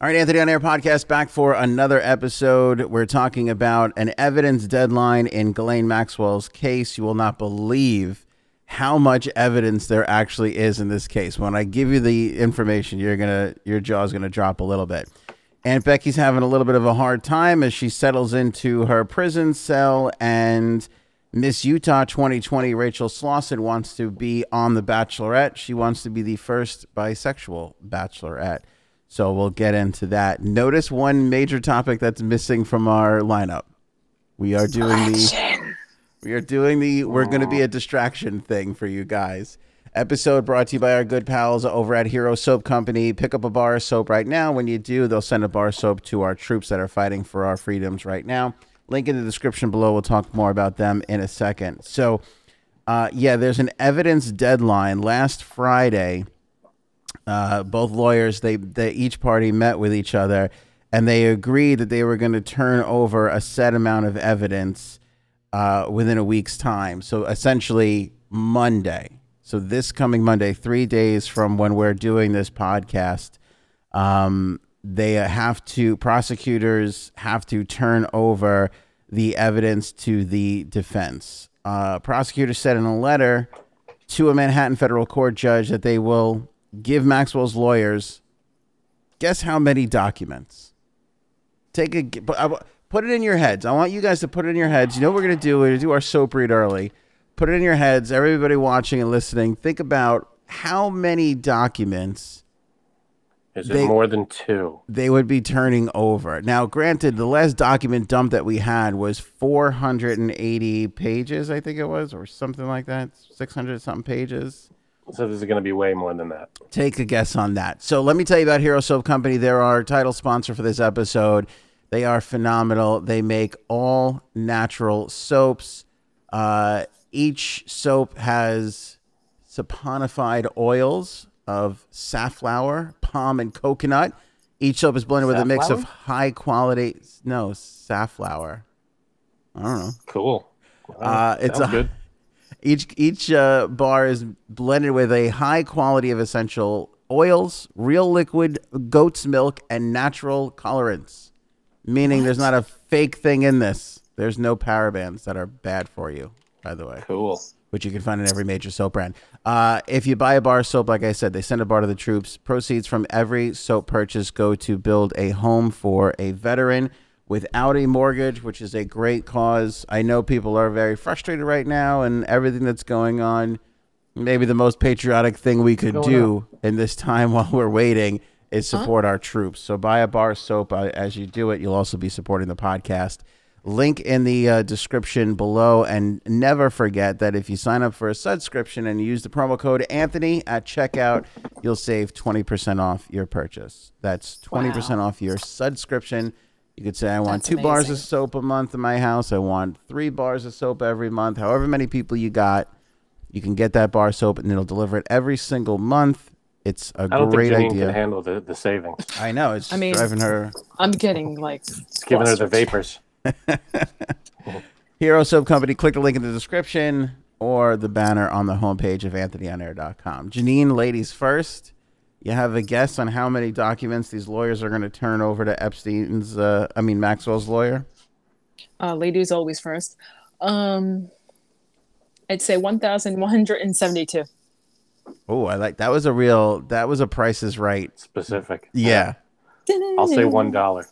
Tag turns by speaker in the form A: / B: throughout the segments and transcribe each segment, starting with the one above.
A: All right, Anthony on Air podcast back for another episode. We're talking about an evidence deadline in Ghislaine Maxwell's case. You will not believe how much evidence there actually is in this case. When I give you the information, you're gonna your jaw's gonna drop a little bit. Aunt Becky's having a little bit of a hard time as she settles into her prison cell and Miss Utah 2020 Rachel Slauson wants to be on The Bachelorette. She wants to be the first bisexual bachelorette. So we'll get into that. Notice one major topic that's missing from our lineup. We are doing the we are doing the we're going to be a distraction thing for you guys. Episode brought to you by our good pals over at Hero Soap Company. Pick up a bar of soap right now. When you do, they'll send a bar of soap to our troops that are fighting for our freedoms right now. Link in the description below. We'll talk more about them in a second. So, uh, yeah, there's an evidence deadline. Last Friday, uh, both lawyers they, they each party met with each other and they agreed that they were going to turn over a set amount of evidence uh, within a week's time so essentially monday so this coming monday three days from when we're doing this podcast um, they have to prosecutors have to turn over the evidence to the defense uh, prosecutors said in a letter to a manhattan federal court judge that they will give Maxwell's lawyers guess how many documents. Take a gu- put I w- put it in your heads. I want you guys to put it in your heads. You know what we're gonna do? We're gonna do our soap read early. Put it in your heads. Everybody watching and listening, think about how many documents
B: Is
A: They-
B: it more than two?
A: they would be turning over. Now, granted, the last document dump that we had was 480 pages, I think it was, or something like that, 600 something pages.
B: So this is going to be way more than that.
A: Take a guess on that. So let me tell you about Hero Soap Company. They're our title sponsor for this episode. They are phenomenal. They make all natural soaps. Uh, each soap has saponified oils of safflower, palm, and coconut. Each soap is blended with a mix of high quality, no, safflower. I don't know.
B: Cool.
A: Uh, it's
B: Oh, sounds
A: a-
B: good.
A: Each each uh, bar is blended with a high quality of essential oils, real liquid goat's milk, and natural colorants. Meaning, there's not a fake thing in this. There's no parabens that are bad for you, by the way,
B: Cool.
A: which you can find in every major soap brand. Uh, if you buy a bar of soap, like I said, they send a bar to the troops. Proceeds from every soap purchase go to build a home for a veteran without a mortgage, which is a great cause. I know people are very frustrated right now and everything that's going on. Maybe the most patriotic thing we could do in this time while we're waiting is support our troops. So buy a bar of soap. Uh, As you do it, you'll also be supporting the podcast. Link in the uh, description below. And never forget that if you sign up for a subscription and you use the promo code Anthony at checkout, you'll save 20% off your purchase. That's 20% off your subscription. You could say, I want
C: That's
A: two bars of
C: amazing.
A: soap a month in my house. I want three bars of soap every month. However many people you got, you can get that bar soap and it'll deliver it every single month. It's a
B: I don't
A: great
B: think Janine can
A: idea.
B: handle the, the savings. It's
A: I know. It's
C: I mean-
A: driving her.
C: I'm getting like it's
B: giving her the vapors.
A: Hero Soap Company, click the link in the description or the banner on the homepage of anthonyonair.com. Janine, ladies first. You have a guess on how many documents these lawyers are going to turn over to Epstein's, uh, I mean, Maxwell's lawyer?
C: Uh, ladies always first. Um, I'd say 1,172.
A: Oh, I like that. Was a real, that was a Price is Right.
B: Specific.
A: Yeah.
B: I'll say one dollar.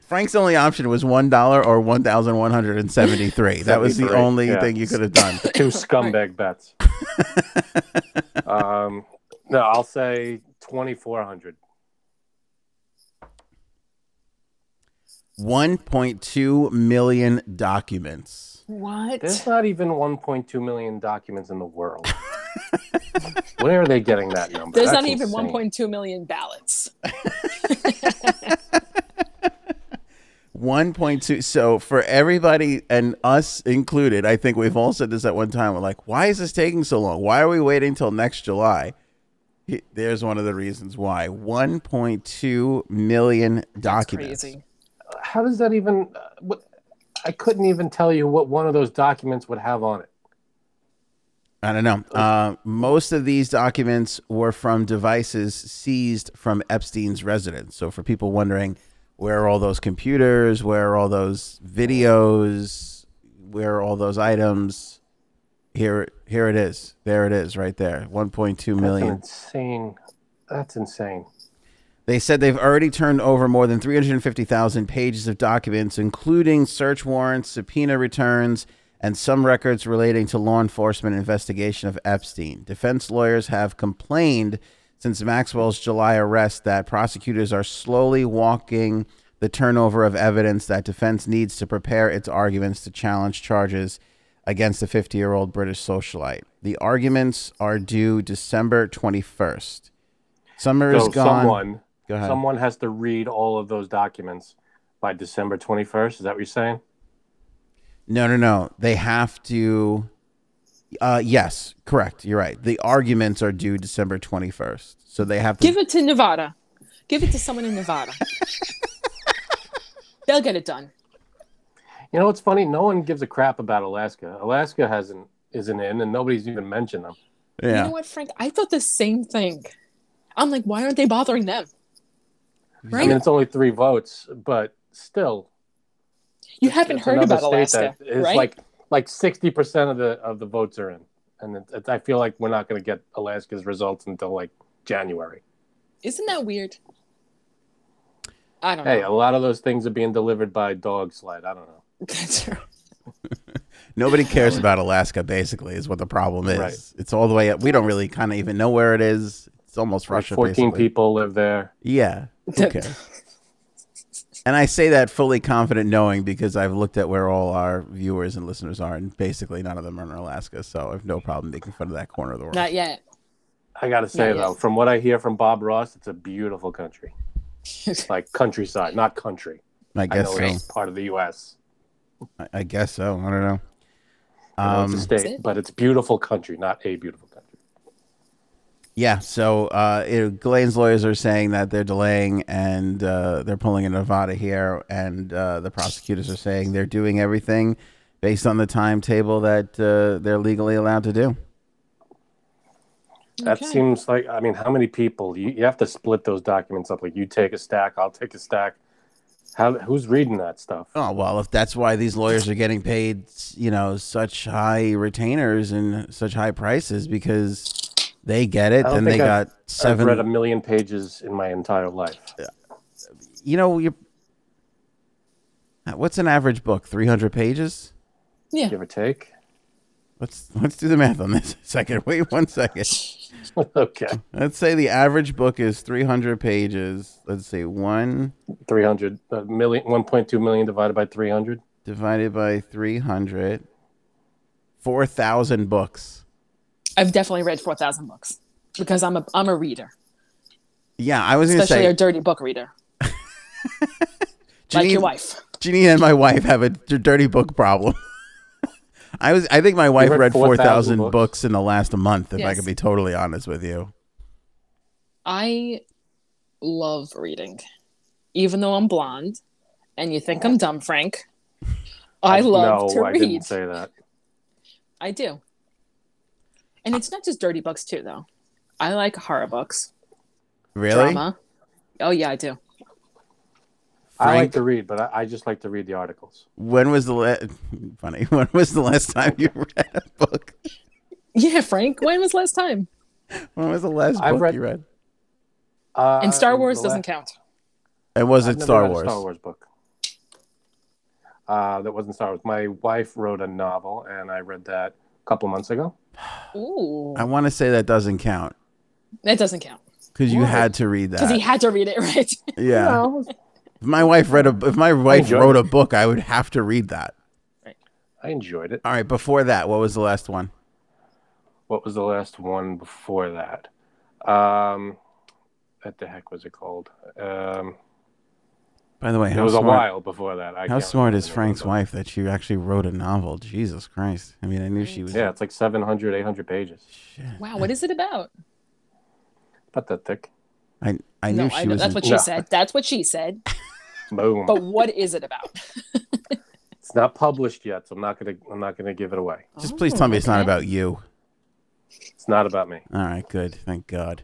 A: Frank's only option was one dollar or one thousand one hundred and seventy-three. That was the
B: 73,
A: only
B: yeah.
A: thing you could have done.
B: Two scumbag bets. um, no, I'll say twenty four hundred.
A: One point two million documents.
C: What?
B: There's not even one point two million documents in the world. Where are they getting that number?
C: There's
B: That's
C: not even
B: insane.
C: 1.2 million ballots.
A: One point two. So for everybody and us included, I think we've all said this at one time. We're like, why is this taking so long? Why are we waiting till next July? He- There's one of the reasons why. One point two million documents.
C: Crazy.
B: How does that even? Uh, what, I couldn't even tell you what one of those documents would have on it.
A: I don't know. Uh, most of these documents were from devices seized from Epstein's residence. So, for people wondering, where are all those computers? Where are all those videos? Where are all those items? Here, here it is. There it is, right there. 1.2
B: That's an
A: million.
B: insane. That's insane.
A: They said they've already turned over more than 350,000 pages of documents, including search warrants, subpoena returns, and some records relating to law enforcement investigation of Epstein. Defense lawyers have complained since Maxwell's July arrest that prosecutors are slowly walking the turnover of evidence that defense needs to prepare its arguments to challenge charges against the 50 year old British socialite. The arguments are due December 21st. Summer
B: So
A: is gone.
B: someone,
A: Go ahead.
B: someone has to read all of those documents by December 21st. Is that what you're saying?
A: No, no, no. They have to. Uh, yes, correct. You're right. The arguments are due December 21st, so they have to.
C: Give it to Nevada. Give it to someone in Nevada. They'll get it done.
B: You know, it's funny. No one gives a crap about Alaska. Alaska hasn't isn't in, and nobody's even mentioned them.
C: You
A: yeah,
C: know what, Frank? I thought the same thing. I'm like, why aren't they bothering them?
B: I
C: Right?
B: mean, it's only three votes, but still,
C: you haven't
B: it's
C: heard
B: another
C: about Alaska,
B: that is
C: right?
B: like like sixty percent of the of the votes are in, and it, it, I feel like we're not going to get Alaska's results until like January.
C: Isn't that weird? I don't
B: Hey,
C: know.
B: a lot of those things are being delivered by dog sled. I don't know.
C: That's right.
A: nobody cares about Alaska. Basically, is what the problem is.
B: Right.
A: It's all the way up. We don't really kind of even know where it is. It's almost Russia.
B: Fourteen
A: basically.
B: people live there.
A: Yeah. Okay. and I say that fully confident, knowing because I've looked at where all our viewers and listeners are, and basically none of them are in Alaska. So I have no problem making fun of that corner of the world.
C: Not yet.
B: I gotta say
C: Yeah, yeah.
B: though, from what I hear from Bob Ross, it's a beautiful country, like countryside, not country.
A: I
B: I,
A: guess
B: know
A: so.
B: it's part of the U.S.
A: I, I guess so. I don't know. Um,
B: I know it's a state,
C: That's it.
B: but it's beautiful country, not a beautiful country.
A: Yeah, so uh, it, Glenn's lawyers are saying that they're delaying and uh, they're pulling a Nevada here, and uh, the prosecutors are saying they're doing everything based on the timetable that uh, they're legally allowed to do.
B: That
C: Okay.
B: seems like I mean, how many people you, you have to split those documents up? Like you take a stack, I'll take a stack. How who's reading that stuff?
A: Oh well, if that's why these lawyers are getting paid, you know, such high retainers and such high prices because they get it,
B: I don't
A: then they
B: think I've-
A: got
B: I've read a
A: seven.
B: million pages in my entire life.
A: You know, you. What's an average book? Three hundred pages.
C: Yeah.
B: Give or take.
A: Let's let's do the math on this. a Second, wait one second.
B: okay,
A: Let's say the average book is 300 pages. Let's say one
B: three hundred uh, million, one point two million divided by three hundred.
A: divided by 300, 4,000 books.
C: I've definitely read 4,000 books because I'm a, I'm a reader,
A: Yeah, I was going to
C: especially a
A: say,
C: dirty book reader, like your wife.
A: Jeanine and my wife have a d- dirty book problem. I was, I think my wife
B: read
A: read 4,000
B: 4,000
A: books.
B: books
A: in the last month, if I
C: Yes.
A: can be totally honest with you.
C: I love reading, even though I'm blonde and you think I'm dumb, Frank. I love
B: no,
C: to
B: I
C: read.
B: didn't say that.
C: I do. And it's not just dirty books, too, though. I like horror books,
A: Really?
C: drama. Oh, yeah, I do.
B: I like
A: Frank,
B: to read, but I, I just like to read the articles.
A: when was the la- funny? When was the last time you read a book?
C: Yeah, Frank, when was last time?
A: When was the last
B: I've
A: book
B: read-
A: you read?
B: Uh,
C: And Star
B: the
C: Wars
B: la-
C: doesn't count.
A: And was
B: I've
A: it
B: never
A: Star
B: read a
A: Wars?
B: Star Wars book. Uh, that wasn't Star Wars. My wife wrote a novel, and I read that a couple months ago.
C: Ooh.
A: I want to say that doesn't count
C: That doesn't count.
A: because you
B: Why?
A: had to read
C: Because
A: that.
C: he had to read it, right?
A: yeah.
B: No,
A: If my wife read a if my wife
B: enjoyed
A: wrote a book, I would have to read that.
B: I enjoyed it.
A: All right, before that, what was the last one?
B: What was the last one before that? Um, what the heck was it called? Um,
A: By the way,
B: it
A: how
B: was a
A: smart,
B: while before that. I
A: how
B: can't
A: smart
B: remember
A: is
B: the name
A: Frank's
B: of it.
A: wife that she actually wrote a novel? Jesus Christ. I mean, I knew she was
B: Yeah, it's like 700, 800 pages.
A: shit.
C: Wow, what is it about?
B: Not that thick.
A: I I knew
C: no,
A: she
C: I know.
A: was
C: That's
A: in-
C: what she
B: No.
C: said. That's what she said.
B: Boom.
C: But what is it about?
B: it's not published yet, so I'm not gonna I'm not gonna give it away.
C: Oh,
A: Just please tell me it's not about you.
B: It's not about me.
A: All right, good. Thank God.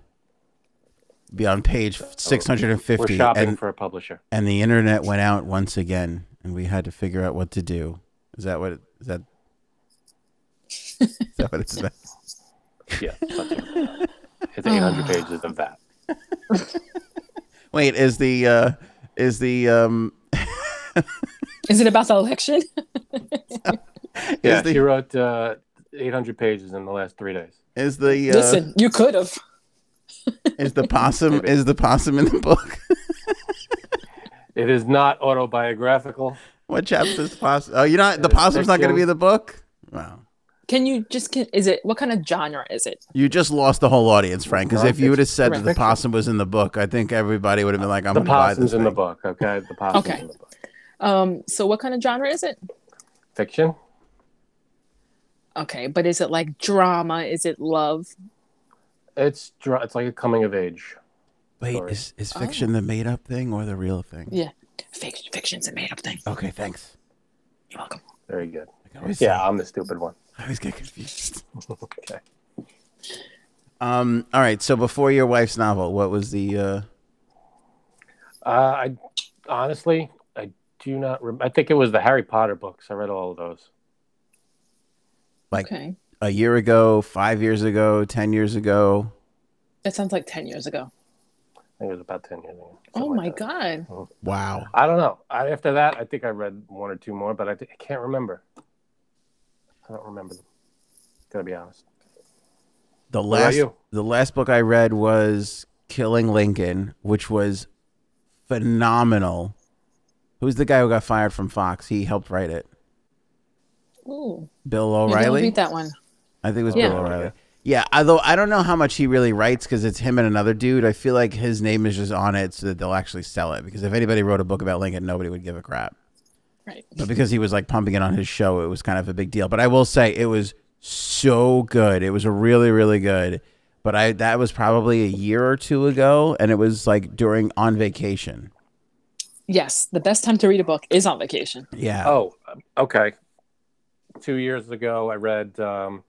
A: Be on page
B: Oh, We're
A: 650
B: shopping
A: and
B: for a publisher.
A: and the internet went out once again and we had to figure out what to do. Is that what it- is that Is that what it's about?
B: Yeah, that's it. it's 800 pages of that.
A: Wait, is the uh is the um
C: Is it about the election?
B: Yeah,
A: is the
B: she wrote uh, 800 pages in the last three days.
A: is the uh,
C: Listen, you could have.
A: is the possum is the possum in the book?
B: It is not autobiographical.
A: what chapter is the possum? Oh, you're not the
B: It's
A: possum's not going to be
B: fiction.
A: in the book? Wow.
C: Can you just can, is it what kind of genre is it?
A: You just lost the whole audience, Frank. Because if you would have said that the
C: Right.
A: possum was in the book, I think everybody would have been like, "I'm
B: The
A: going to buy this."
B: possum's in the
A: thing.
B: book, okay? The possum's
C: Okay.
B: in the book.
C: Um, so what kind of genre is it?
B: Fiction?
C: Okay, but is it like drama? Is it love?
B: It's dra- it's like a coming of age.
A: Wait,
B: Sorry.
A: is, is fiction the made up thing or the real thing?
C: Yeah. Fic- fiction's a made up thing.
A: Okay, thanks.
C: You're welcome.
B: Very good.
A: I always,
B: Yeah, I'm the stupid one.
A: I always get confused.
B: okay.
A: Um, all right. So before your wife's novel, what was the? Uh,
B: Uh, I honestly, I do not. Rem- I think it was the Harry Potter books. I read all of those.
A: Like-
C: okay.
A: a year ago, five years ago, ten years ago.
C: That sounds like 10 years ago.
B: I think it was about ten years ago.
C: Oh
B: something
C: my
B: like that.
C: god.
A: Wow.
B: I don't know. I, after that, I think I read one or two more, but I, thi- I can't remember. I don't remember them. Gotta be honest.
A: The
B: about
A: last
B: you?
A: the last book I read was Killing Lincoln, which was phenomenal. Who's the guy who got fired from Fox? He helped write it.
C: Ooh.
A: Bill
C: Maybe I'll
A: O'Reilly.
C: read that one.
A: I think it was
C: Yeah.
A: Bill
B: Oh,
A: O'Reilly.
B: yeah.
A: Yeah, although I don't know how much he really writes because it's him and another dude. I feel like his name is just on it so that they'll actually sell it. Because if anybody wrote a book about Lincoln, nobody would give a crap.
C: Right.
A: But because he was like pumping it on his show, it was kind of a big deal. But I will say it was so good. It was really, really good. But I that was probably a year or two ago, and it was like during on vacation.
C: Yes, the best time to read a book is on vacation.
A: Yeah.
B: Oh, um, okay. Two years ago, I read. Um,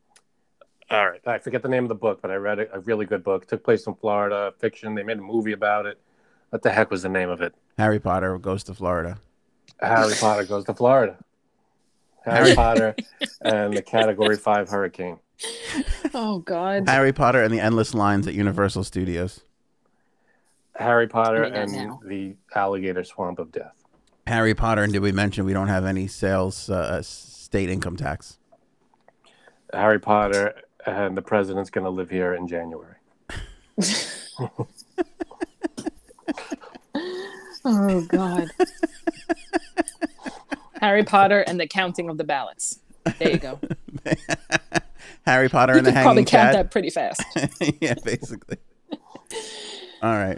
B: all right, I forget the name of the book, but I read a, a really good book. took place in Florida, fiction. They made a movie about it. What the heck was the name of it?
A: Harry Potter goes to Florida.
B: Harry Potter goes to Florida. Harry Potter and the Category Five Hurricane.
C: Oh god.
A: Harry Potter and the Endless Lines at Universal Studios.
B: Harry Potter
C: We know
B: and
C: now.
B: the Alligator Swamp of Death.
A: Harry Potter, and did we mention we don't have any sales uh, state income tax?
B: Harry Potter and the President's Gonna Live Here in January.
C: Oh god. Harry Potter and the counting of the ballots. There you go.
A: Harry Potter
C: You
A: and the
C: could probably
A: Hanging Cat.
C: count that pretty fast.
A: yeah, basically. All right.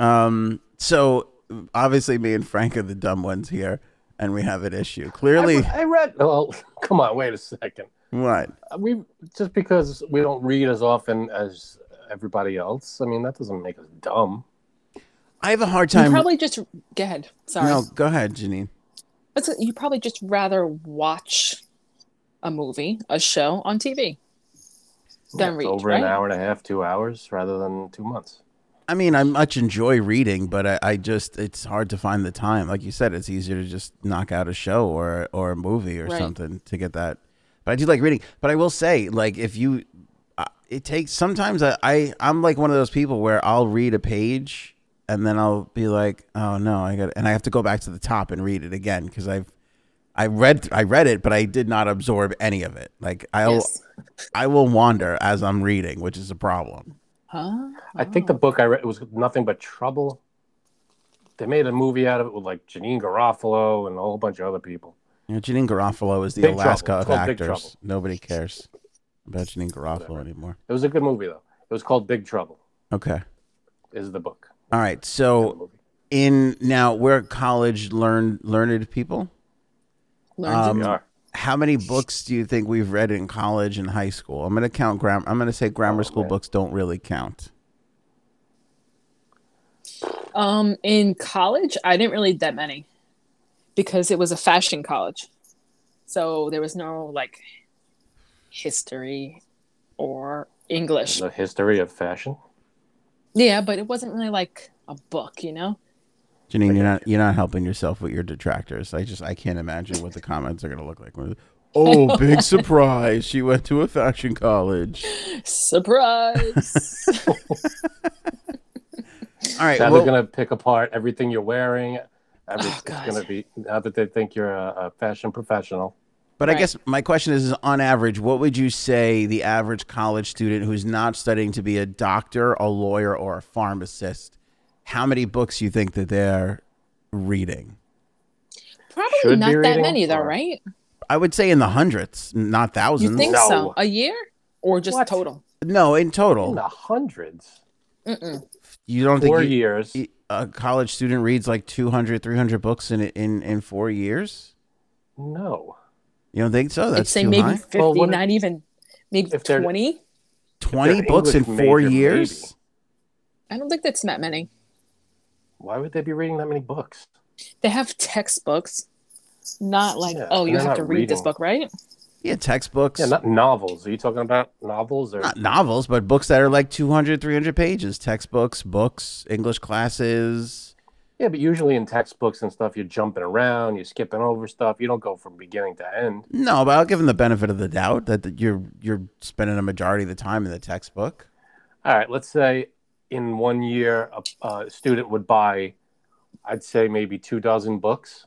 A: Um, so obviously, me and Frank are the dumb ones here, and we have an issue. Clearly,
B: I, I read. Well, come on, wait a second.
A: what?
B: We just because we don't read as often as everybody else. I mean, that doesn't make us dumb.
A: I have a hard
C: You
A: time.
C: probably just go ahead. Sorry.
A: no, go ahead, Janine.
C: That's you probably just rather watch a movie, a show on TV than
B: It's
C: read.
B: over
C: right?
B: an hour and a half, two hours, rather than two months.
A: I mean, I much enjoy reading, but I, I just it's hard to find the time. Like you said, it's easier to just knock out a show or or a movie or
C: Right.
A: something to get that. But I do like reading. But I will say, like if you, uh, it takes sometimes I, I I'm like one of those people where I'll read a page and then I'll be like, oh no, I got and I have to go back to the top and read it again because I've I read I read it, but I did not absorb any of it. Like I'll
C: Yes.
A: I will wander as I'm reading, which is a problem.
C: Huh?
B: I think the book I read was nothing but trouble. They made a movie out of it with like Janine Garofalo and a whole bunch of other people.
A: You know, Janine Garofalo is the
B: Big
A: Alaska
B: Trouble.
A: of
B: Called Big Trouble.
A: actors. Nobody cares about Janine Garofalo anymore.
B: It was a good movie though. It was called Big Trouble.
A: Okay.
B: Is the book?
A: All right.
B: The
A: So
B: movie.
A: in now we're college learned learned people.
C: Learned
A: um,
B: We are.
A: How many books do you think we've read in college and high school? I'm gonna count grammar. I'm gonna say grammar
B: Oh,
A: school
B: man.
A: books don't really count.
C: Um, in college, I didn't really read that many because it was a fashion college, so there was no like history or English.
B: The history of fashion.
C: Yeah, but it wasn't really like a book, you know?
A: Janine, you're not you're not helping yourself with your detractors. I just I can't imagine what the comments are gonna look like. Oh, big surprise! She went to a fashion college.
C: Surprise.
A: All right,
B: Now
A: well,
B: they're gonna pick apart everything you're wearing. Every,
C: Oh,
B: it's
C: God.
B: gonna be now that they think you're a, a fashion professional.
A: but I
C: Right.
A: guess my question is, is on average, what would you say the average college student who's not studying to be a doctor, a lawyer, or a pharmacist, how many books you think that they're reading?
C: Probably
B: Should be
C: not that
B: reading
C: many though,
B: or-
C: right?
A: I would say in the hundreds, not thousands.
C: You think
B: No.
C: so? A year or just
B: What?
C: total?
A: No, in total.
B: In the hundreds, Oh,
C: Mm-mm.
A: You Oh. don't
B: four
A: think you-
B: years.
A: you- a college student reads like 200, 300 books in in in 4 years?
B: No,
A: You don't think so?
C: I'd
A: That's
C: say
A: too
C: maybe
A: high.
C: 50,
B: Well, what if-
C: not even maybe
B: if they're-
C: 20.
A: 20
B: English
A: books in 4
B: major,
A: years?
B: maybe.
C: I don't think that's that many.
B: why would they be reading that many books?
C: They have textbooks, not like,
B: Yeah,
C: oh,
B: and
C: you
B: they're
C: have to
B: not
C: read this
B: reading.
C: book, right?
A: Yeah, textbooks.
B: Yeah,
A: not,
B: not novels. Are you talking about novels or
A: novels, but books that are like 200, 300 pages. Textbooks, books, English classes.
B: Yeah, but usually in textbooks and stuff, you're jumping around, you're skipping over stuff. You don't go from beginning to end.
A: No, but I'll give them the benefit of the doubt that that you're you're spending a majority of the time in the textbook.
B: All right, let's say in one year, a, a student would buy, I'd say maybe two dozen books,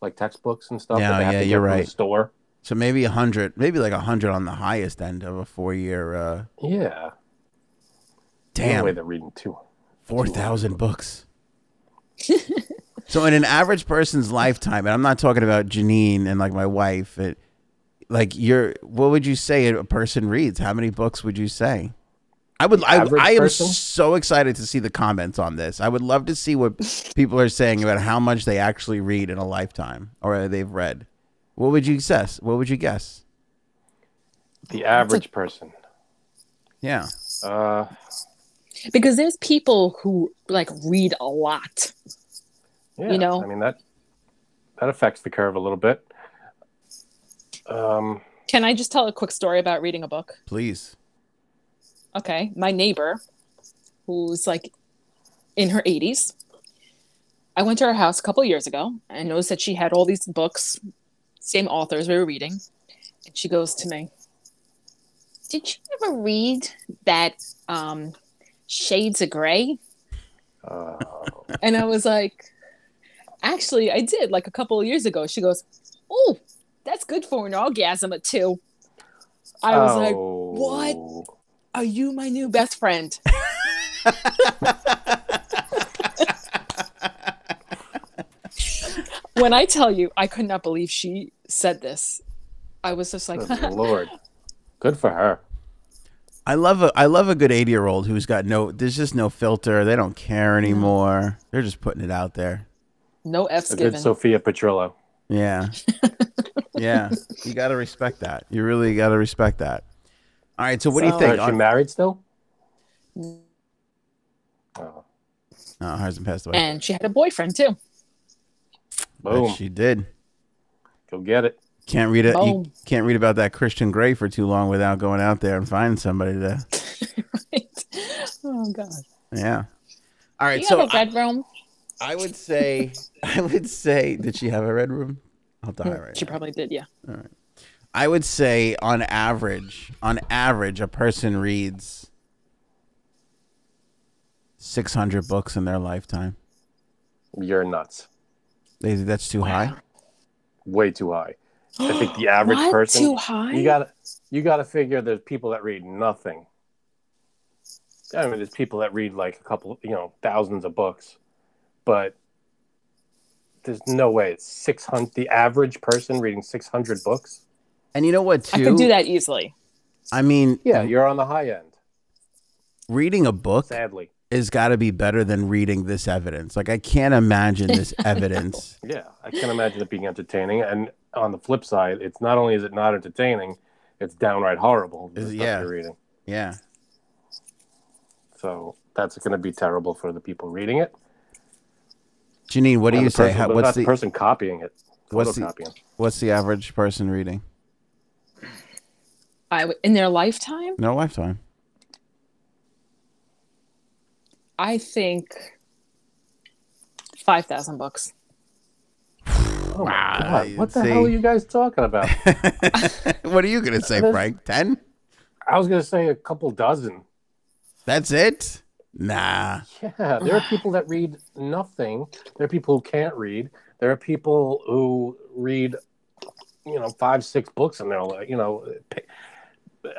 B: like textbooks and stuff. that
A: Yeah,
B: they have
A: yeah,
B: to get
A: you're
B: from the
A: right.
B: store.
A: So maybe 100, maybe like 100 on the highest end of a 4-year uh
B: Yeah. No way
A: damn,
B: they're reading two.
A: 4,000 books. so in an average person's lifetime, and I'm not talking about Janine and like my wife, it, like you're what would you say a person reads? How many books would you say? I would I,
B: average
A: I am
B: person?
A: so excited to see the comments on this. I would love to see what people are saying about how much they actually read in a lifetime or they've read. What would you guess? What would you guess?
B: The average person.
A: Yeah.
B: Uh,
C: Because there's people who like read a lot.
B: yeah,
C: You know?
B: I mean, that that affects the curve a little bit. Um,
C: Can I just tell a quick story about reading a book?
A: Please.
C: Okay. My neighbor, who's like in her 80s, I went to her house a couple years ago and noticed that she had all these books, same authors we were reading. And she goes to me, Did you ever read that um, Shades of Grey?
B: uh,
C: And I was like, Actually, I did like a couple of years ago. She goes, Oh, that's good for an orgasm at two. I was like,
B: Oh. like,
C: what? Are you my new best friend? when I tell you, I could not believe she said this. I was just like,
B: Good lord. Good for her.
A: I love a I love a good 80-year-old who's got no there's just no filter. They don't care anymore. They're just putting it out there.
C: no F's
B: A
C: given.
B: good Sophia Petrillo.
A: Yeah. yeah. You got to respect that. You really got to respect that. All right. So, what do you
C: So- uh,
A: think?
B: Is she
A: Oh,
B: married still? Oh,
A: no, Harrison passed away.
C: and she had a boyfriend too.
A: But
B: boom.
A: She did.
B: Go get it.
A: Can't read it. You
C: Boom.
A: can't read about that Christian Gray for too long without going out there and finding somebody to.
C: Right? Oh God.
A: Yeah. All right.
C: you
A: so,
C: have a red room?
A: I, I would say, I would say, did she have a red room? I'll die right.
C: She
A: now.
C: probably did, yeah.
A: I would say, on average, on average, a person reads 600 books in their lifetime.
B: You're nuts.
A: They- That's too high.
B: Way too high. I think the average
C: what?
B: person-
C: Too high?
B: You gotta you gotta figure there's people that read nothing. I mean there's people that read like a couple you know, thousands of books. But there's no way it's six hundred the average person reading six hundred books.
A: And you know what, too?
C: I could do that easily.
A: I mean,
B: Yeah, you're on the high end,
A: reading a book
B: sadly.
A: has got to be better than reading this evidence. Like, I can't imagine this evidence.
B: Yeah, I can imagine it being entertaining. And on the flip side, it's not only is it not entertaining, it's downright horrible. the
A: Is-
B: stuff
A: yeah.
B: you're reading.
A: Yeah.
B: So that's going to be terrible for the people reading it.
A: Janine, what do
B: And
A: you
B: the person,
A: say? How,
B: but
A: what's
B: not the
A: the
B: person copying it?
A: what's the-
B: Photocopying.
A: what's the average person reading?
C: I w- in their lifetime,
A: No lifetime.
C: I think five thousand books.
B: Oh my
A: Wow,
B: God. What the
A: see.
B: hell are you guys talking about?
A: what are you gonna say,
B: That's-
A: Frank? Ten?
B: I was going to say a couple dozen.
A: That's it? Nah.
B: Yeah, there are people that read nothing. There are people who can't read. There are people who read, you know, five, six books in their life. You know, p-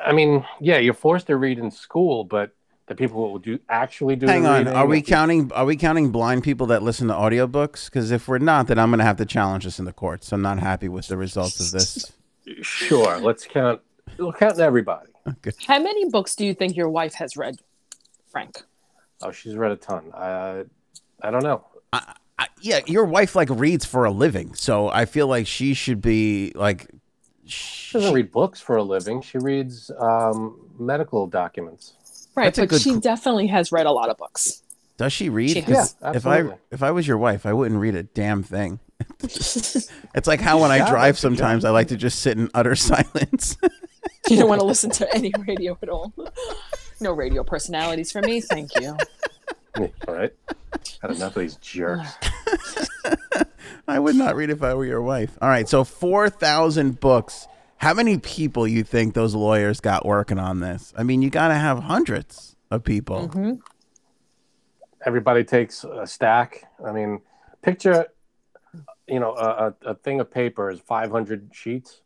B: I mean, yeah, you're forced to read in school, but the people who do actually do. the
A: Hang on.
B: reading-
A: Are we counting are we counting blind people that listen to audiobooks? Because if we're not, then I'm gonna have to challenge this in the courts. I'm not happy with the results of this.
B: Sure. Let's count. We'll count everybody.
C: How many books do you think your wife has read, Frank?
B: Oh, she's read a ton. Uh, I don't know.
A: I, I, yeah, your wife like reads for a living, so I feel like she should be like.
B: She doesn't read books for a living. She reads um, medical documents.
C: Right,
A: That's a
C: but
A: good
C: she
A: qu-
C: definitely has read a lot of books.
A: Does she read?
C: She
A: 'Cause
B: Yeah,
A: if I
B: absolutely.
A: if I was your wife, I wouldn't read a damn thing. It's like how when I
B: Yeah,
A: drive
B: that's a good-
A: sometimes I like to just sit in utter silence.
C: you don't want to listen to any radio at all. No radio personalities for me, thank you.
B: All right. Had enough of these jerks.
A: I would not read if I were your wife. All right, so four thousand books. How many people you think those lawyers got working on this? I mean, you got to have hundreds of people.
C: Mm-hmm.
B: Mm-hmm. everybody takes a stack. I mean, picture, you know, a, a, a thing of paper is 500 sheets.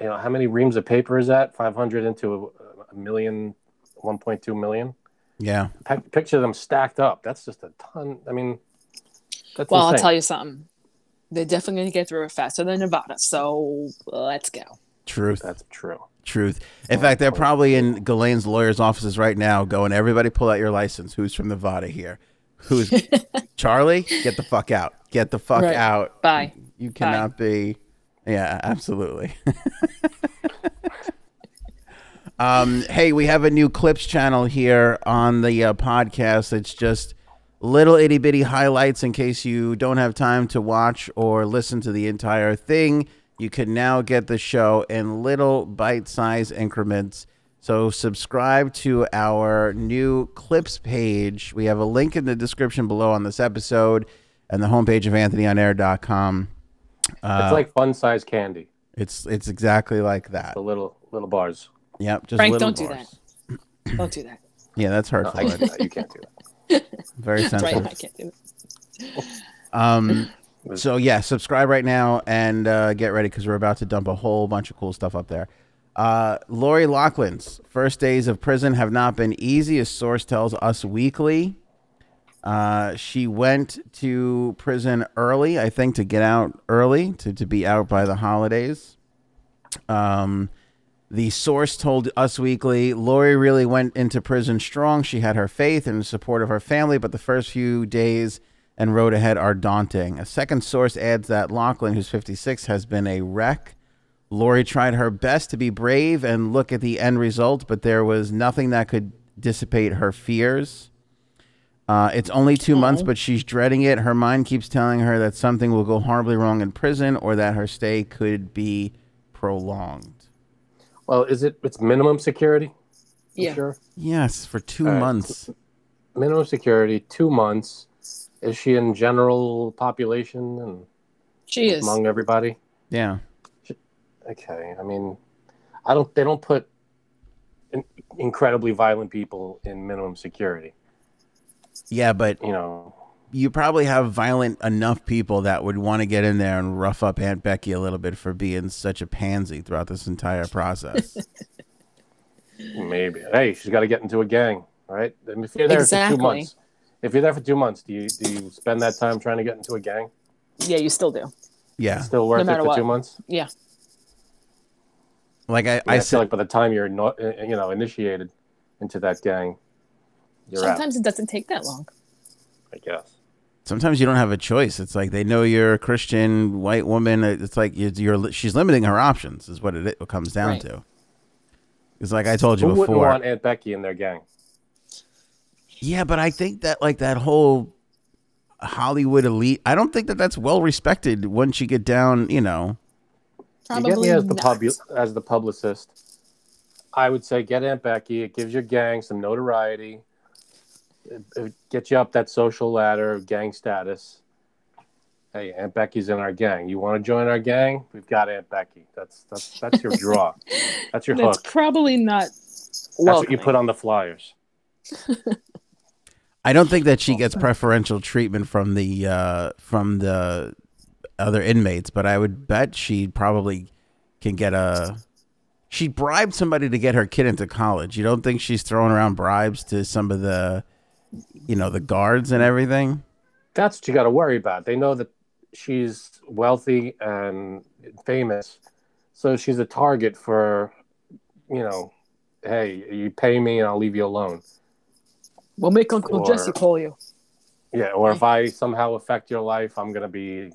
B: You know, how many reams of paper is that? 500 into a, a million, 1.2 million.
A: Yeah.
B: Pi- Picture them stacked up. That's just a ton. I mean, that's
C: Well, I'll
B: insane.
C: tell you something. They're definitely going to get through it faster than Nevada. So let's go.
A: Truth.
B: That's true.
A: Truth. In fact, they're probably in Ghislaine's lawyer's offices right now going, everybody pull out your license. Who's from Nevada here? Who's Charlie? Get the fuck out. Get the fuck
C: Right.
A: out.
C: Bye.
A: You cannot be. Yeah, absolutely. um, hey, we have a new clips channel here on the uh, podcast. It's just little itty bitty highlights in case you don't have time to watch or listen to the entire thing. You can now get the show in little bite size increments. So, subscribe to our new clips page. We have a link in the description below on this episode and the homepage of anthonyonair.com.
B: it's like fun size candy,
A: It's it's exactly like that.
B: the little little bars.
A: Yep. Just
C: Frank,
A: little
C: don't do
A: bars.
C: Don't do that.
A: Yeah, that's
B: No,
A: hurtful.
B: Oh, I can't, you can't do that.
A: Very
C: Right?
A: sensitive.
C: I can't do that.
A: Um, so yeah, subscribe right now and uh, get ready because we're about to dump a whole bunch of cool stuff up there. Uh, Lori Laughlin's first days of prison have not been easy, as source tells us weekly. Uh, she went to prison early, I think, to get out early to, to be out by the holidays. Um, the source told Us Weekly Lori really went into prison strong. She had her faith and the support of her family, but the first few days and road ahead are daunting. A second source adds that Lachlan, who's 56, has been a wreck. Lori tried her best to be brave and look at the end result, but there was nothing that could dissipate her fears. Uh, it's only two months, but she's dreading it. Her mind keeps telling her that something will go horribly wrong in prison or that her stay could be prolonged.
B: Well, is it? It's minimum security. for
C: Yeah.
B: Sure.
A: Yes, for two
B: right.
A: months.
B: Minimum security, two months. Is she in general population and
C: She is.
B: among everybody?
A: Yeah.
B: Okay, I mean, I don't. They don't put in, incredibly violent people in minimum security.
A: Yeah, but
B: You know,
A: you probably have violent enough people that would want to get in there and rough up Aunt Becky a little bit for being such a pansy throughout this entire process.
B: maybe. Hey, she's got to get into a gang, right? And if you're there for
C: Exactly.
B: two months, if you're there for two months, do you do you spend that time trying to get into a gang?
C: Yeah, you still do.
A: yeah.
B: Still worth it
C: matter
B: for
C: what.
B: two months.
C: Yeah.
A: Like I,
B: I, mean,
A: I
B: I feel
A: said,
B: like by the time you're not, uh, you know, initiated into that gang, you're
C: Sometimes it doesn't take that long.
B: out. I guess.
A: sometimes you don't have a choice. It's like they know you're a Christian white woman. It's like you're, you're li- she's limiting her options is what it, it comes down
C: Right.
A: to. It's like I told you
B: Who wouldn't
A: before.
B: want Aunt Becky in their gang?
A: yeah, but I think that like that whole Hollywood elite, I don't think that that's well respected once you get down, you know,
C: Probably
B: you get me as the
C: not.
B: pub as the publicist. I would say get Aunt Becky. It gives your gang some notoriety. It, it gets you up that social ladder of gang status. Hey, Aunt Becky's in our gang. You want to join our gang? We've got Aunt Becky. That's that's that's your draw. That's your
C: That's
B: hook.
C: probably not.
B: That's what you
C: welcoming.
B: put on the flyers.
A: I don't think that she gets preferential treatment from the uh, from the other inmates, but I would bet she probably can get a. She bribed somebody to get her kid into college. You don't think she's throwing around bribes to some of the, you know, the guards and everything?
B: That's what you got to worry about. They know that she's wealthy and famous, so she's a target for, you know, hey, you pay me and I'll leave you alone.
C: We'll make Uncle
B: Or-
C: Jesse call you.
B: Yeah, or if I somehow affect your life, I'm gonna be,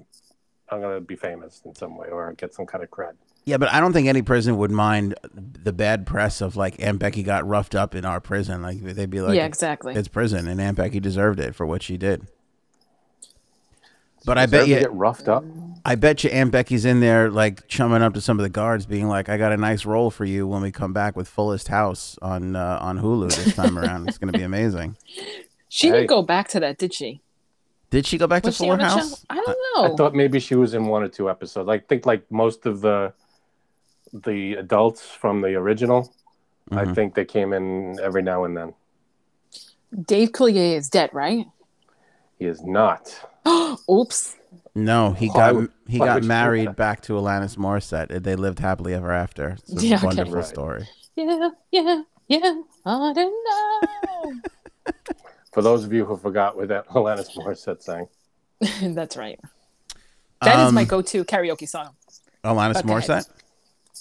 B: I'm gonna be famous in some way, or get some kind of cred.
A: Yeah, but I don't think any prison would mind the bad press of like Aunt Becky got roughed up in our prison. Like they'd be like,
C: yeah, exactly.
A: it's prison, and Aunt Becky deserved it for what she did. But I
B: Deserve
A: bet
B: to
A: you
B: get roughed up.
A: I bet you Aunt Becky's in there like chumming up to some of the guards, being like, "I got a nice role for you when we come back with Fullest House on uh, on Hulu this time around. It's gonna be amazing."
C: She
B: Hey.
C: didn't go back to that, did she?
A: Did she go back
C: Was
A: to
C: she
A: Fuller
C: on that show?
A: House?
C: I don't
B: I
C: know.
B: thought maybe she was in one or two episodes. I think like most of the, the adults from the original, I
A: Mhm.
B: think they came in every now and then.
C: Dave Coulier is dead, right?
B: He is not.
C: Oops.
A: No, he
B: Why
A: got
B: Oh, would-
A: he
B: why
A: got
B: would she do
A: married
B: that?
A: back to Alanis Morissette. Uh, They lived happily ever after. It's a
C: Yeah, okay.
A: wonderful
B: Right.
A: story.
C: Yeah, yeah, yeah. I don't
B: For those of you who forgot what that Alanis Morissette sang,
C: know. That's right. That is my
A: Um,
C: go-to karaoke song.
A: Alanis
C: Okay.
A: Morissette.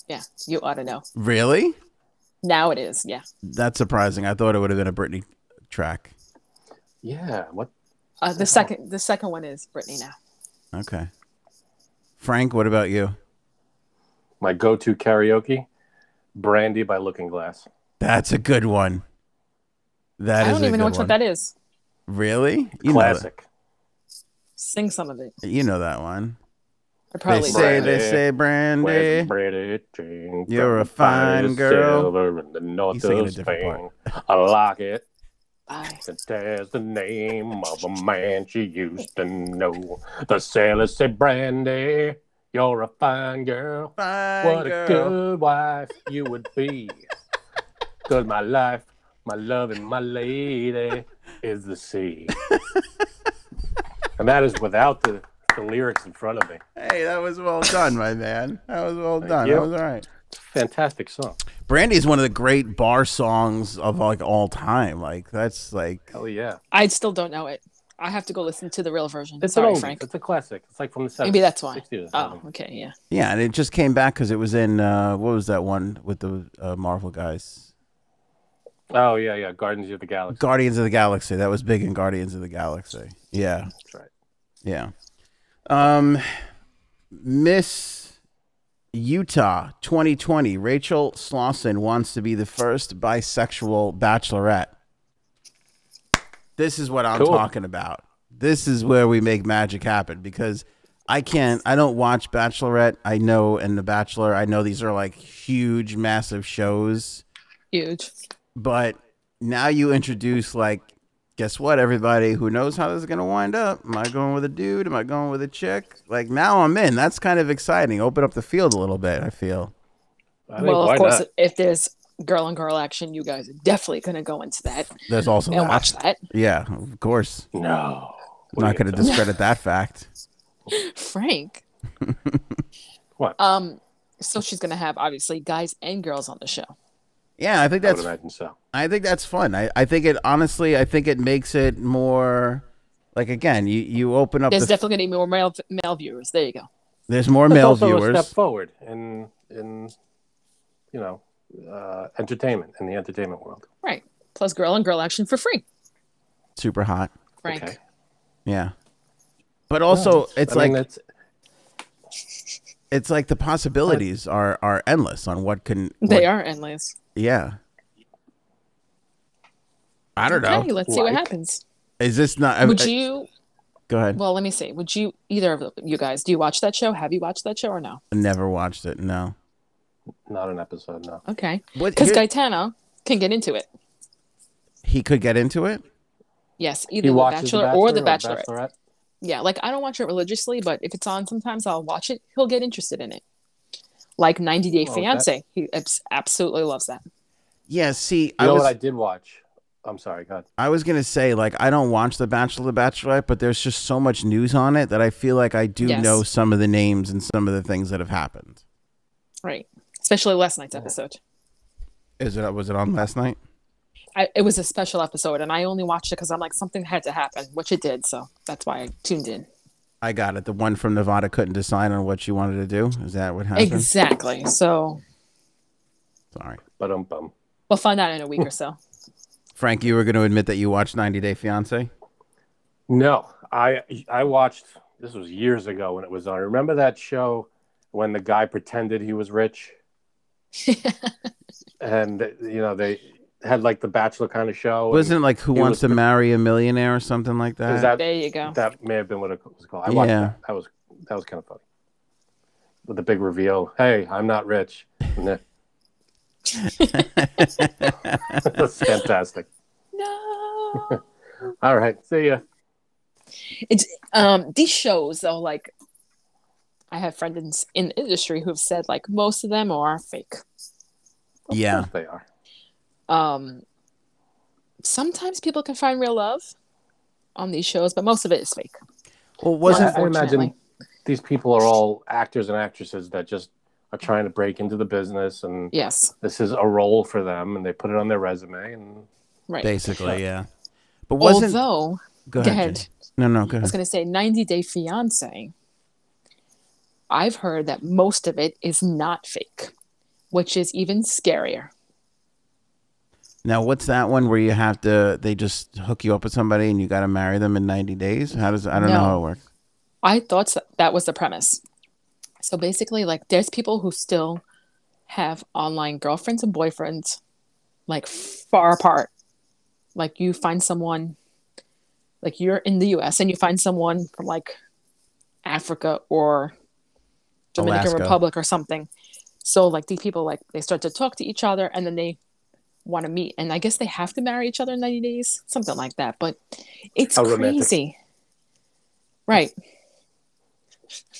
C: Yeah, you ought to know.
A: Really?
C: Now it is. Yeah.
A: That's surprising. I thought it would have been a Britney track.
B: yeah, what?
C: Uh, the second, the second one is Britney now.
A: Okay. Frank, what about you?
B: My go-to karaoke, Brandy by Looking Glass.
A: That's a good one. That
C: I
A: is
C: don't
A: a
C: even know
A: good
C: which
A: one.
C: one that is.
A: Really? You know that.
B: Classic.
C: Sing some of it.
A: You know that one.
C: I probably
A: they say,
C: do.
A: they say,
B: Where's
A: Brandy.
B: Brady Jean
A: You're
B: from
A: a fine
B: Paris,
A: girl.
B: Silver in the north
A: He's singing
B: of
A: a different
B: Spain. I like it.
C: Bye.
B: It There's the name of a man she used to know. The sailor said, Brandy, you're a fine girl.
A: Fine
B: What
A: girl.
B: a good wife you would be. Cause my life, my love, and my lady is the sea. and that is without the, the lyrics in front of me.
A: Hey, that was well done, my man. That was well done.
B: you.
A: That was all right.
B: Fantastic song.
A: Brandy is one of the great bar songs of like all time. Like that's like
B: Hell yeah.
C: I still don't know it. I have to go listen to the real version.
B: It's
C: Sorry,
B: an old,
C: Frank.
B: It's a classic. It's like from the 70s.
C: Maybe that's why.
B: 60s or
C: Oh,
B: something.
C: okay, yeah.
A: yeah, and it just came back because it was in uh, what was that one with the uh, Marvel guys?
B: Oh, yeah, yeah. Guardians of the Galaxy.
A: Guardians of the Galaxy. That was big in Guardians of the Galaxy. Yeah.
B: That's right.
A: Yeah. Um, Miss Utah 2020, Rachel Slauson wants to be the first bisexual bachelorette. This is what I'm
B: Cool.
A: talking about. This is where we make magic happen because I can't, I don't watch Bachelorette. I know, and The Bachelor, I know these are like huge, massive shows
C: Huge.
A: but now you introduce like guess what everybody who knows how this is going to wind up am i going with a dude am i going with a chick like now i'm in that's kind of exciting open up the field a little bit i feel
B: I think,
C: well,
B: why
C: of course,
B: not?
C: if there's girl on girl action, you guys are definitely going to go into that
A: there's also
C: and
A: that.
C: watch that.
A: yeah of course
B: No.
A: I'm not going to
B: to.
A: discredit that fact
C: Frank.
B: What?
C: Um, so she's going to have obviously guys and girls on the show.
A: yeah i think
B: I would
A: that's
B: imagine so.
A: I think that's fun. I, I think it honestly. I think it makes it more like again. You, you open up.
C: There's
A: the,
C: definitely going to be more male, male viewers. There you go.
A: there's more
B: That's
A: male
B: also
A: viewers.
B: a step forward in in you know uh, entertainment in the entertainment world.
C: Right. Plus girl on girl action for free.
A: Super hot.
C: Frank.
B: Okay.
A: Yeah. But also, it's
B: I
A: like
B: mean, that's,
A: it's like the possibilities are are endless on what can
C: They
A: what-
C: are endless.
A: yeah i don't know
C: Okay, let's see what
B: Like.
C: happens.
A: is this not
C: Would
A: I-
C: you
A: Go ahead.
C: Well, let me see. Would you either of you guys do you watch that show? Have you watched that show or no?
A: Never watched it. No.
B: Not an episode, no.
C: Okay,
A: What?
C: because
A: here-
C: Gaetano can get into it.
A: he could get into it.
C: Yes,
B: He
C: either the
B: watches
C: Bachelor, or the
B: Bachelor
C: Bachelorette. Yeah, like I don't watch it religiously, but if it's on sometimes I'll watch it. He'll get interested in it. Like 90 Day
B: Oh, that-
C: Fiance, he abs- absolutely loves that.
A: Yeah. See,
B: You
A: I
B: know
A: was
B: what I did watch? I'm sorry, God.
A: I was gonna say like I don't watch The Bachelor, The Bachelorette, but there's just so much news on it that I feel like I do
C: Yes.
A: know some of the names and some of the things that have happened.
C: Right. Especially last night's episode.
A: Is it was it on last night?
C: I, it was a special episode, and I only watched it because I'm like, something had to happen, which it did. So that's why I tuned in.
A: I got it. The one from Nevada couldn't decide on what she wanted to do. Is that what happened?
C: Exactly. So
A: Sorry,
B: But um bum.
C: we'll find out in a week or so.
A: Frank. You were going to admit that you watched 90 Day Fiance.
B: No, I I watched this was years ago when it was on. Remember that show when the guy pretended he was rich and you know they had like the bachelor kind of show. and
A: Wasn't it like Who
B: It
A: Wants
B: Oh, was-
A: to Marry a Millionaire or something like that?
B: is that
C: there you go.
B: that may have been what it was called. I watched
A: Yeah.
B: that. That was that was kind of funny. With the big reveal, hey, I'm not rich. Nah. That's fantastic.
C: No.
B: All right, see ya.
C: um, these shows, though, like I have friends in the industry who have said like most of them are fake.
A: yeah.
B: They are.
C: Um, sometimes people can find real love on these shows, but most of it is fake.
A: Well, wasn't
B: I imagine
C: Unfortunately.
B: these people are all actors and actresses that just are trying to break into the business, and
C: Yes.
B: this is a role for them, and they put it on their resume. And
C: Right.
A: basically yeah. But wasn't
C: Although,
A: go
C: go
A: ahead.
C: ahead.
A: Jen. No, no, go
C: I was
A: ahead.
C: going to say 90 Day Fiance. I've heard that most of it is not fake, which is even scarier.
A: Now, what's that one where you have to? They just hook you up with somebody and you got to marry them in 90 days. How does I don't know
C: No.
A: how it works.
C: I thought so- that was the premise. So basically, like, there's people who still have online girlfriends and boyfriends, like, far apart. Like, you find someone, like, you're in the US and you find someone from, like, Africa or Dominican
A: Alaska.
C: Republic or something. So, like, these people, like, they start to talk to each other and then they want to meet. And I guess they have to marry each other in 90 days, something like that. But it's
B: How romantic.
C: crazy. Right.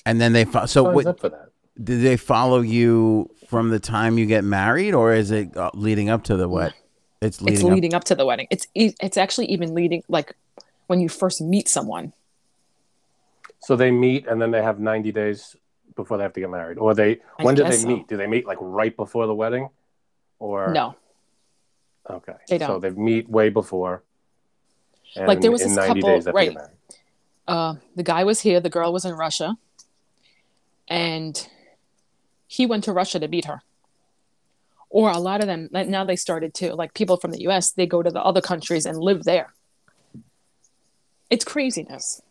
A: And then they fo- so
B: signs
A: what,
B: up for that.
A: do they follow you from the time you get married, or is it uh, leading up to the what? It's leading.
C: it's
A: up.
C: leading up to the wedding. It's e- it's actually even leading like when you first meet someone.
B: So they meet, and then they have 90 days before they have to get married. Or they
C: I
B: when do they
C: guess so.
B: meet? Do they meet like right before the wedding? Or
C: No,
B: Okay.
C: They
B: So
C: don't.
B: they meet way before. And
C: Like, there was
B: in
C: this
B: 90
C: couple-
B: days after
C: right.
B: they married.
C: uh, the guy was here, the girl was in Russia, and he went to Russia to meet her. Or a lot of them like, now they started to like people from the U.S. They go to the other countries and live there. It's craziness.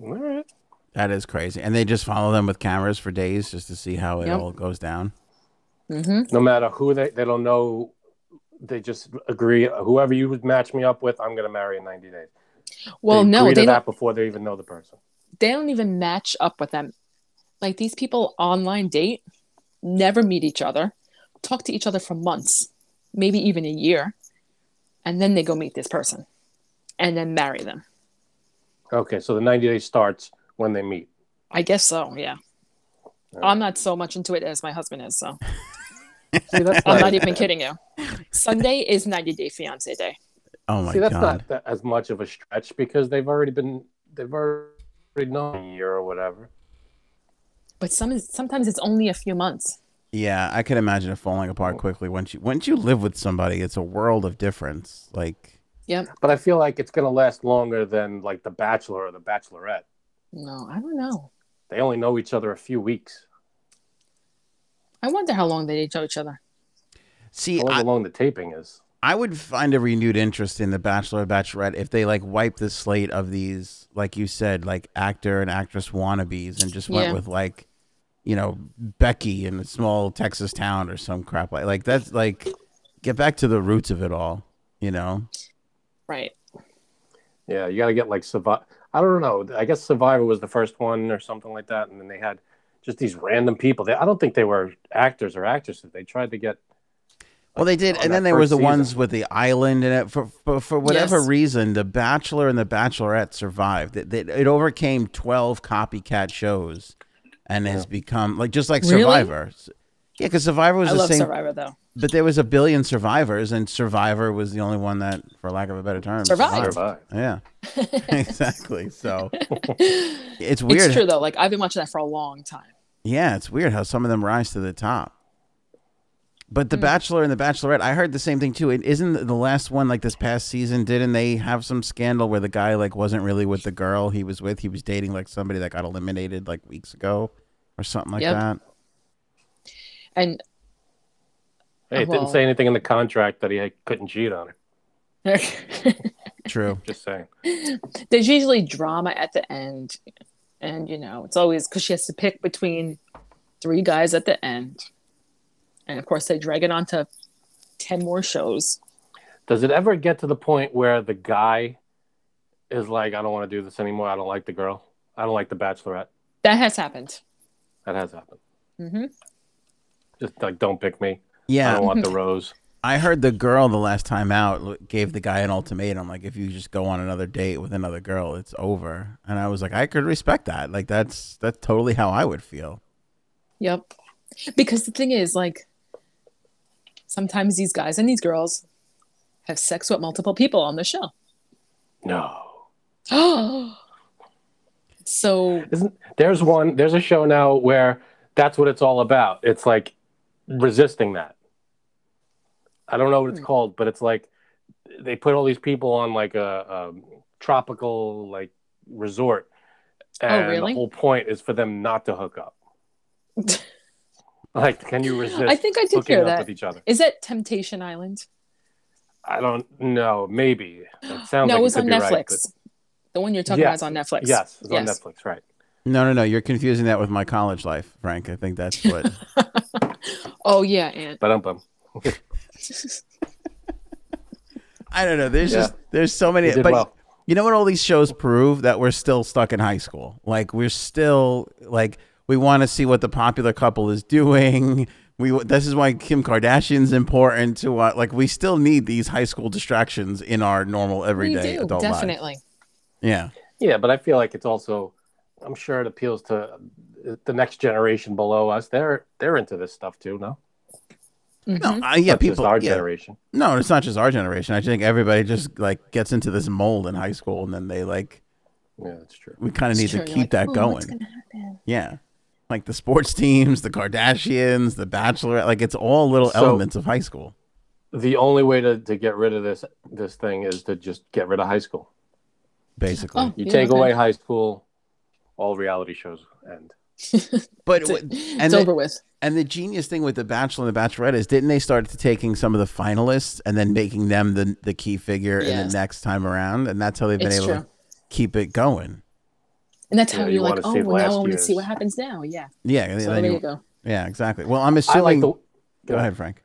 B: All right.
A: That is crazy. And they just follow them with cameras for days just to see how it
C: Yep.
A: all goes down.
C: Mm-hmm.
B: No matter who they they don't know they just agree whoever you would match me up with, I'm gonna marry in 90 days.
C: Well,
B: they
C: no,
B: agree
C: they
B: to
C: don't.
B: that before they even know the person.
C: they don't even match up with them. Like these people online date, never meet each other, talk to each other for months, maybe even a year, and then they go meet this person and then marry them.
B: Okay, so the 90 days starts when they meet.
C: I guess so, yeah.
B: All
C: I'm not so much into it as my husband is, so
B: See, that's
C: I'm
B: not,
C: not even kidding you. Sunday is 90 Day Fiance Day.
A: Oh my
B: See, that's
A: god.
B: not that, as much of a stretch because they've already been they've already known a year or whatever.
C: But some sometimes it's only a few months.
A: Yeah, I could imagine it falling apart quickly once you once you live with somebody, it's a world of difference. Like
C: Yep.
B: But I feel like it's gonna last longer than like The Bachelor or The Bachelorette.
C: No, I don't know.
B: They only know each other a few weeks.
C: I wonder how long they know each other.
A: see,
B: However
A: I,
B: long the taping is.
A: I would find a renewed interest in the Bachelor Bachelorette if they like wiped the slate of these, like you said, like actor and actress wannabes and just went
C: Yeah.
A: with like you know, Becky in a small Texas town or some crap like like that's like get back to the roots of it all, you know.
C: Right.
B: Yeah, you got to get like survive. I don't know. I guess Survivor was the first one or something like that, and then they had just these random people. They, I don't think they were actors or actresses. They tried to get
A: Well, they did,
B: on
A: and
B: that
A: then there was
B: first
A: the ones
B: season.
A: with the island, and it, for, for for whatever
C: Yes.
A: reason, The Bachelor and The Bachelorette survived. It, it, it overcame twelve copycat shows, and has become like just like
C: Really?
A: Survivor. S- Yeah, because Survivor was
C: I
A: the
C: love
A: same,
C: Survivor though.
A: but there was a billion survivors, and Survivor was the only one that, for lack of a better term,
C: Survived.
B: survive.
A: Yeah, exactly. So it's weird.
C: It's true though. Like I've been watching that for a long time.
A: Yeah, it's weird how some of them rise to the top. But The Bachelor and The Bachelorette, I heard the same thing too. It isn't the last one like this past season. Didn't they have some scandal where the guy like wasn't really with the girl he was with? He was dating like somebody that got eliminated like weeks ago or something like
C: Yep.
A: that.
C: And
B: Hey, it
C: Well-
B: didn't say anything in the contract that he had- couldn't cheat on her.
C: there's
A: True.
B: Just saying.
C: usually drama at the end, and you know it's always because she has to pick between three guys at the end, and of course they drag it on to ten more shows.
B: Does it ever get to the point where the guy is like, I don't want to do this anymore. I don't like the girl. I don't like the bachelorette.
C: That has happened.
B: That has happened.
C: hmm
B: Just like, don't pick me. I
A: Yeah,
B: don't want the rose.
A: I heard the girl the last time out l- gave the guy an ultimatum like if you just go on another date with another girl, it's over. And I was like, I could respect that. Like that's that's totally how I would feel.
C: Yep. Because the thing is, like, sometimes these guys and these girls have sex with multiple people on the show.
B: No.
C: so
B: Isn't there's one there's a show now where that's what it's all about. It's like resisting that. I don't know what it's
C: Hmm.
B: called, but it's like they put all these people on like a, a tropical like resort. And
C: Oh, really?
B: the whole point is for them not to hook up. Like, can you resist
C: I think I did
B: hooking
C: hear
B: up
C: that.
B: with each other?
C: Is that Temptation Island?
B: I don't know. Maybe it sounds
C: no,
B: like
C: it was
B: could
C: on
B: be
C: Netflix.
B: right,
C: the one you're talking
B: Yeah.
C: about is on Netflix.
B: but- yes, it's on Netflix, right?
A: No, no, no. You're confusing that with my college life, Frank. I think that's what.
C: Oh yeah, and
B: But um,
A: I don't know. There's just there's so many.
B: You did
A: but
B: well.
A: you know what? All these shows prove that we're still stuck in high school. Like we're still like we want to see what the popular couple is doing. We this is why Kim Kardashian's important to uh, like we still need these high school distractions in our normal
C: we
A: everyday
C: do
A: adult life.
C: definitely.
A: Yeah.
B: yeah, but I feel like it's also, I'm sure it appeals to uh, the next generation below us. They're they're into this stuff too. No,
A: No.
C: Mhm.
A: I, yeah.
B: Not just
A: people.
B: our
A: yeah.
B: generation.
A: No, it's not just our generation. I think everybody just like gets into this mold in high school, and then they like
B: Yeah, that's true.
A: we kind of
C: It's
A: need
C: true.
A: to
C: You're
A: keep
C: like,
A: that
C: "Oh,
A: going.
C: what's gonna happen?"
A: Yeah. Like the sports teams, the Kardashians, the Bachelor, like it's all little
B: So-
A: elements of high school.
B: The only way to, to get rid of this this thing is to just get rid of high school.
A: Basically,
C: Oh,
B: You
C: yeah,
B: take
C: okay.
B: away high school, all reality shows end.
A: but
C: It's, it.
A: w-
C: It's
A: the-
C: over with.
A: And the genius thing with the Bachelor and the Bachelorette is, didn't they start to taking some of the finalists and then making them the the key figure in
C: Yes.
A: the next time around, and that's how they've been
C: It's
A: able to
C: true.
A: keep it going.
C: And that's
B: Yeah,
C: how
B: you
C: you're
B: wanna
C: like, oh,
B: see
C: well, now I
B: last
C: want to see
B: year's.
C: what happens now. Yeah.
A: Yeah, and
C: So
A: then
C: there
A: you-
C: you go.
A: yeah, exactly. Well, I'm
B: I
A: assuming.
B: like the.
A: go ahead, Frank.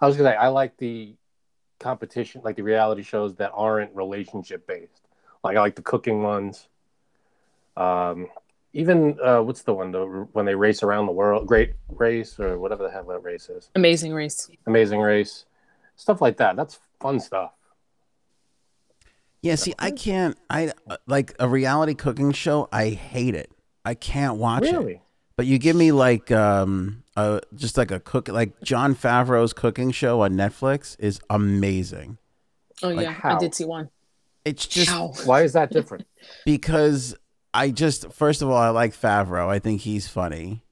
B: I was gonna say I like the competition, like the reality shows that aren't relationship based. Like I like the cooking ones. Um, even uh, what's the one the, when they race around the world, Great Race or whatever the hell that race is,
C: Amazing race.
B: Amazing Race, stuff like that. That's fun stuff.
A: Yeah, see, I can't. I uh, like a reality cooking show. I hate it. I can't watch it.
B: Really?
A: But you give me like um a just like a cook like John Favreau's cooking show on Netflix is amazing.
C: Oh
A: Like
C: yeah,
B: how?
C: I did see one.
A: It's just
C: How?
B: Why is that different?
A: because I just first of all I like Favreau. I think he's funny.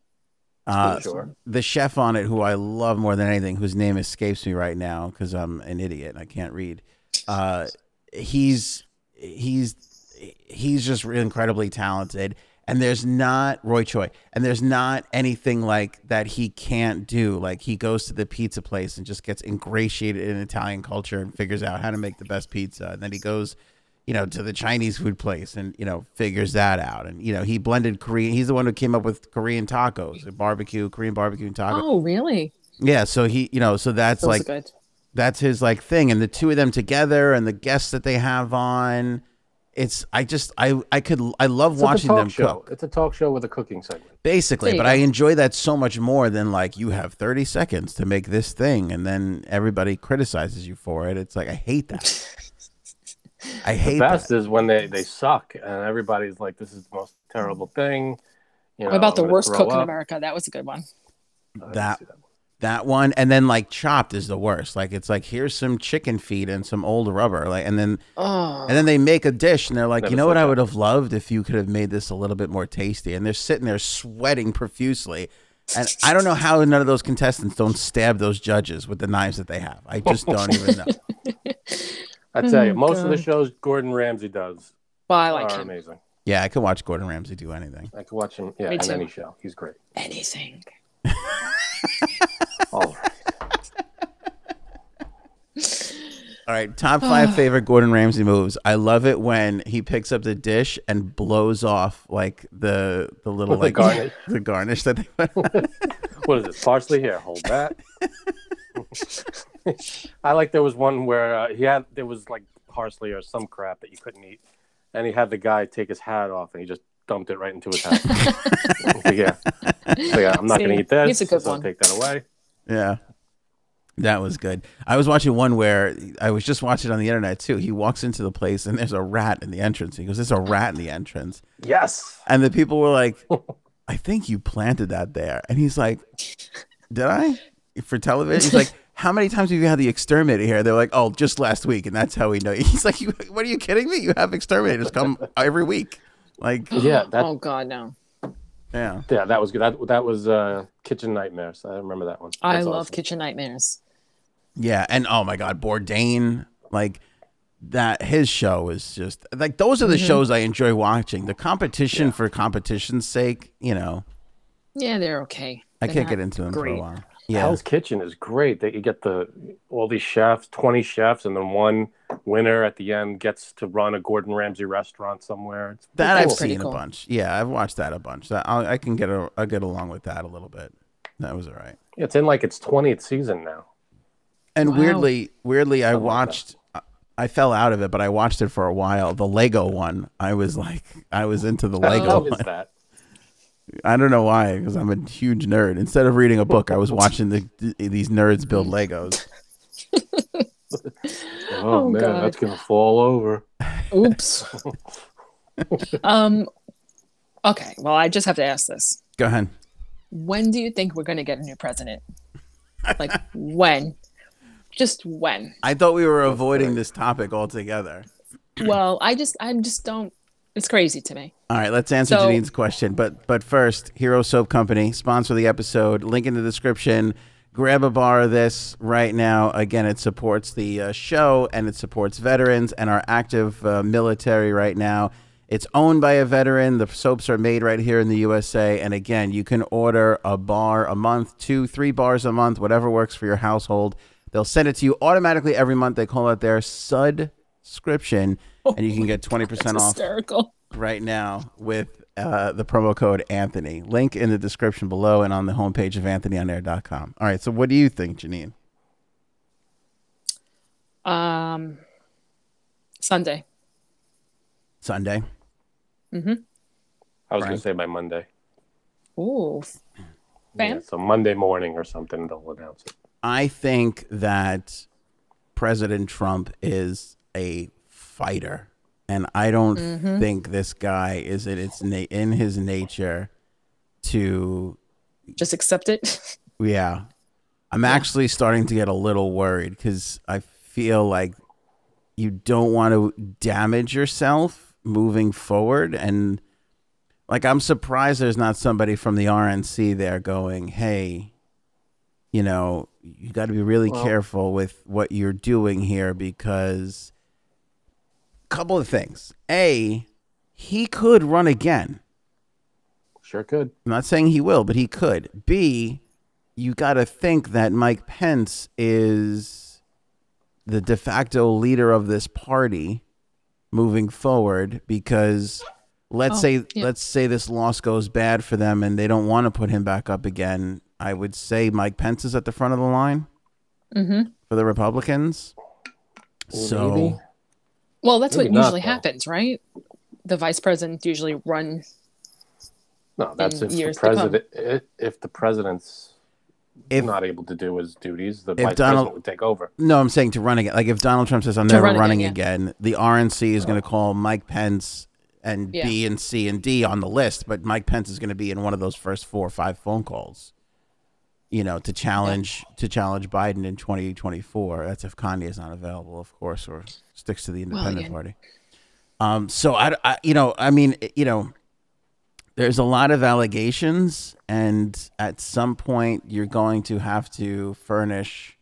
A: Uh,
B: sure.
A: the chef on it, who I love more than anything, whose name escapes me right now because I'm an idiot and I can't read. Uh, he's he's he's just incredibly talented, and there's not Roy Choi, and there's not anything like that he can't do. Like he goes to the pizza place and just gets ingratiated in Italian culture and figures out how to make the best pizza, and then he goes you know, to the Chinese food place and, you know, figures that out. And, you know, he blended Korean. He's the one who came up with Korean tacos, and barbecue, Korean barbecue and taco.
C: Oh really?
A: Yeah. So he, you know, so that's
C: Those
A: like,
C: are good.
A: that's his like thing. And the two of them together and the guests that they have on, it's I just I I could I love
B: It's like a
A: watching
B: talk
A: them
B: show.
A: cook
B: It's a talk show with a cooking segment.
A: basically,
C: There you
A: but
C: go.
A: I enjoy that so much more than like you have 30 seconds to make this thing and then everybody criticizes you for it. It's like I hate that. I hate
B: the best
A: that.
B: is when they they suck and everybody's like this is the most terrible thing you know,
C: What about
B: I'm
C: the
B: gonna
C: worst
B: throw
C: cook in
B: up.
C: America? That was a good one.
B: I didn't
A: That-
B: see one.
A: that one and then like chopped is the worst. Like it's like here's some chicken feet and some old rubber like and then
C: Oh,
A: And then they make a dish and they're like,
B: Never
A: you know
B: said
A: what I
B: that.
A: would have loved if you could have made this a little bit more tasty. And they're sitting there sweating profusely. And I don't know how none of those contestants don't stab those judges with the knives that they have. I just don't even know.
B: i tell you
C: Oh,
B: most of the
C: God.
B: shows gordon ramsay does
C: well, I like
B: are
C: him.
B: amazing
A: Yeah, I could watch Gordon Ramsay do anything.
B: i could watch him yeah
C: Me
B: on
C: too.
B: any show he's great
C: Anything.
B: all right
A: All right, top five favorite Gordon Ramsay moves. I love it when he picks up the dish and blows off like the the little
B: The
A: like
B: garnish.
A: the garnish that they put. on.
B: what is this parsley here hold that i like there was one where uh, he had there was like parsley or some crap that you couldn't eat and he had the guy take his hat off and he just dumped it right into his hat yeah so yeah i'm not gonna
C: See,
B: eat this
C: he's a good
B: so
C: one.
B: take that away
A: Yeah. That was good. I was watching one where I was just watching on the internet too. He walks into the place and there's a rat in the entrance. He goes, There's a rat in the entrance.
B: yes
A: And the people were like, I think you planted that there. And he's like, Did I? For television? He's like, How many times have you had the exterminator here? They're like, Oh, just last week. And that's how we know. He's like, you, What are you kidding me? You have exterminators come every week. Like,
B: yeah that,
C: oh God, no.
A: yeah.
B: Yeah, that was good. That that was uh, Kitchen Nightmares. I remember that one.
C: I
B: That's
C: love
B: awesome.
C: Kitchen Nightmares.
A: Yeah, and oh my God, Bourdain, like that. His show is just like those are
C: Mm-hmm.
A: the shows I enjoy watching. The competition for competition's sake, you know,
C: Yeah, they're okay.
A: I
C: They're
A: can't
C: not
A: get into them for
C: great.
A: a while. Yeah,
B: Hell's Kitchen is great. That you get the all these chefs, twenty chefs, and then one winner at the end gets to run a Gordon Ramsay restaurant somewhere. It's
A: that
C: That's
A: I've
C: pretty
A: seen
C: cool.
A: a bunch. Yeah, I've watched that a bunch. That I, I can get a, I get along with that a little bit. That was all right.
B: it's in like its twentieth season now.
A: And
C: Wow.
A: weirdly, weirdly, I
B: like that.
A: watched. I I fell out of it, but I watched it for a while. The Lego one, I was like, I was into
C: Oh,
A: the
B: How
A: Lego.
B: is
A: one.
B: that?
A: I don't know why, because I'm a huge nerd. Instead of reading a book, I was watching the, these nerds build Legos.
B: Oh,
C: Oh,
B: man,
C: God.
B: that's gonna fall over.
C: Oops. um. Okay. Well, I just have to ask this.
A: Go ahead.
C: When do you think we're going to get a new president? Like when? Just when?
A: I thought we were avoiding this topic altogether.
C: Well, I just I just don't. It's crazy to me.
A: All right, let's answer
C: So-
A: Janine's question. But but first, Hero Soap Company, sponsor the episode. Link in the description. Grab a bar of this right now. Again, it supports the uh, show and it supports veterans and our active uh, military right now. It's owned by a veteran. The soaps are made right here in the USA. And again, you can order a bar a month, two, three bars a month, whatever works for your household. They'll send it to you automatically every month. They call it their subscription, and you can get 20%
C: It's
A: off
C: hysterical.
A: right now with uh, the promo code Anthony. Link in the description below and on the homepage of AnthonyOnAir.com. All right. So, what do you think, Janine?
C: Um. Sunday.
A: Sunday.
B: I was gonna
A: Frank?
B: say by Monday.
C: Ooh. Bam.
B: Yeah, so Monday morning or something they'll announce it.
A: I think that President Trump is a fighter, and I don't think this guy is in its na- in his nature to
C: Just accept it.
A: Yeah. I'm actually starting to get a little worried because I feel like you don't want to damage yourself moving forward. And like, I'm surprised there's not somebody from the RNC there going, hey, you know, you got to be really
B: Well-
A: careful with what you're doing here because couple of things. A, he could run again.
B: Sure could.
A: I'm not saying he will, but he could. B, you got to think that Mike Pence is the de facto leader of this party moving forward because let's
C: Oh,
A: say
C: yeah.
A: let's say this loss goes bad for them and they don't want to put him back up again. I would say Mike Pence is at the front of the line
C: Mm-hmm.
A: for the Republicans.
B: Well,
A: so
B: maybe.
C: Well, that's
B: Maybe
C: what
B: not,
C: usually
B: though.
C: happens, right? The vice presidents usually run.
B: No, that's
C: in
B: if the
C: years to come.
B: president i- if the president's
A: If-
B: not able to do his duties, the
A: if
B: vice
A: Donald-
B: president would take over.
A: No, I'm saying to run again. Like if Donald Trump says I'm
C: To
A: never
C: run again,
A: running
C: yeah.
A: again, the RNC is going to call Mike Pence and
C: Yeah.
A: B and C and D on the list, but Mike Pence is going to be in one of those first four or five phone calls. You know, to challenge to challenge Biden in 2024. That's if Kanye is not available, of course, or sticks to the independent
C: yeah.
A: party. Um, so I, I, you know, I mean, you know, there's a lot of allegations, and at some point, you're going to have to furnish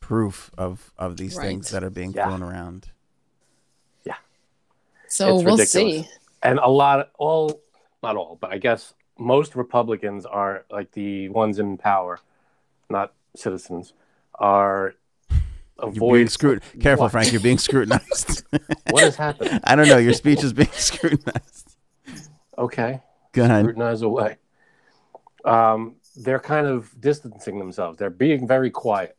A: proof of of these things
C: Right.
A: that are being
B: Yeah.
A: thrown around.
C: So
B: It's
C: we'll
B: ridiculous.
C: see.
B: and a lot all not all but i guess most republicans are like the ones in power not citizens are
A: You're being
B: avoid
A: scrut- Careful,
B: What?
A: Frank. You're being scrutinized.
B: what is happening
A: I don't know. Your speech is being scrutinized.
B: okay
A: Go ahead.
B: scrutinize away um, they're kind of distancing themselves they're being very quiet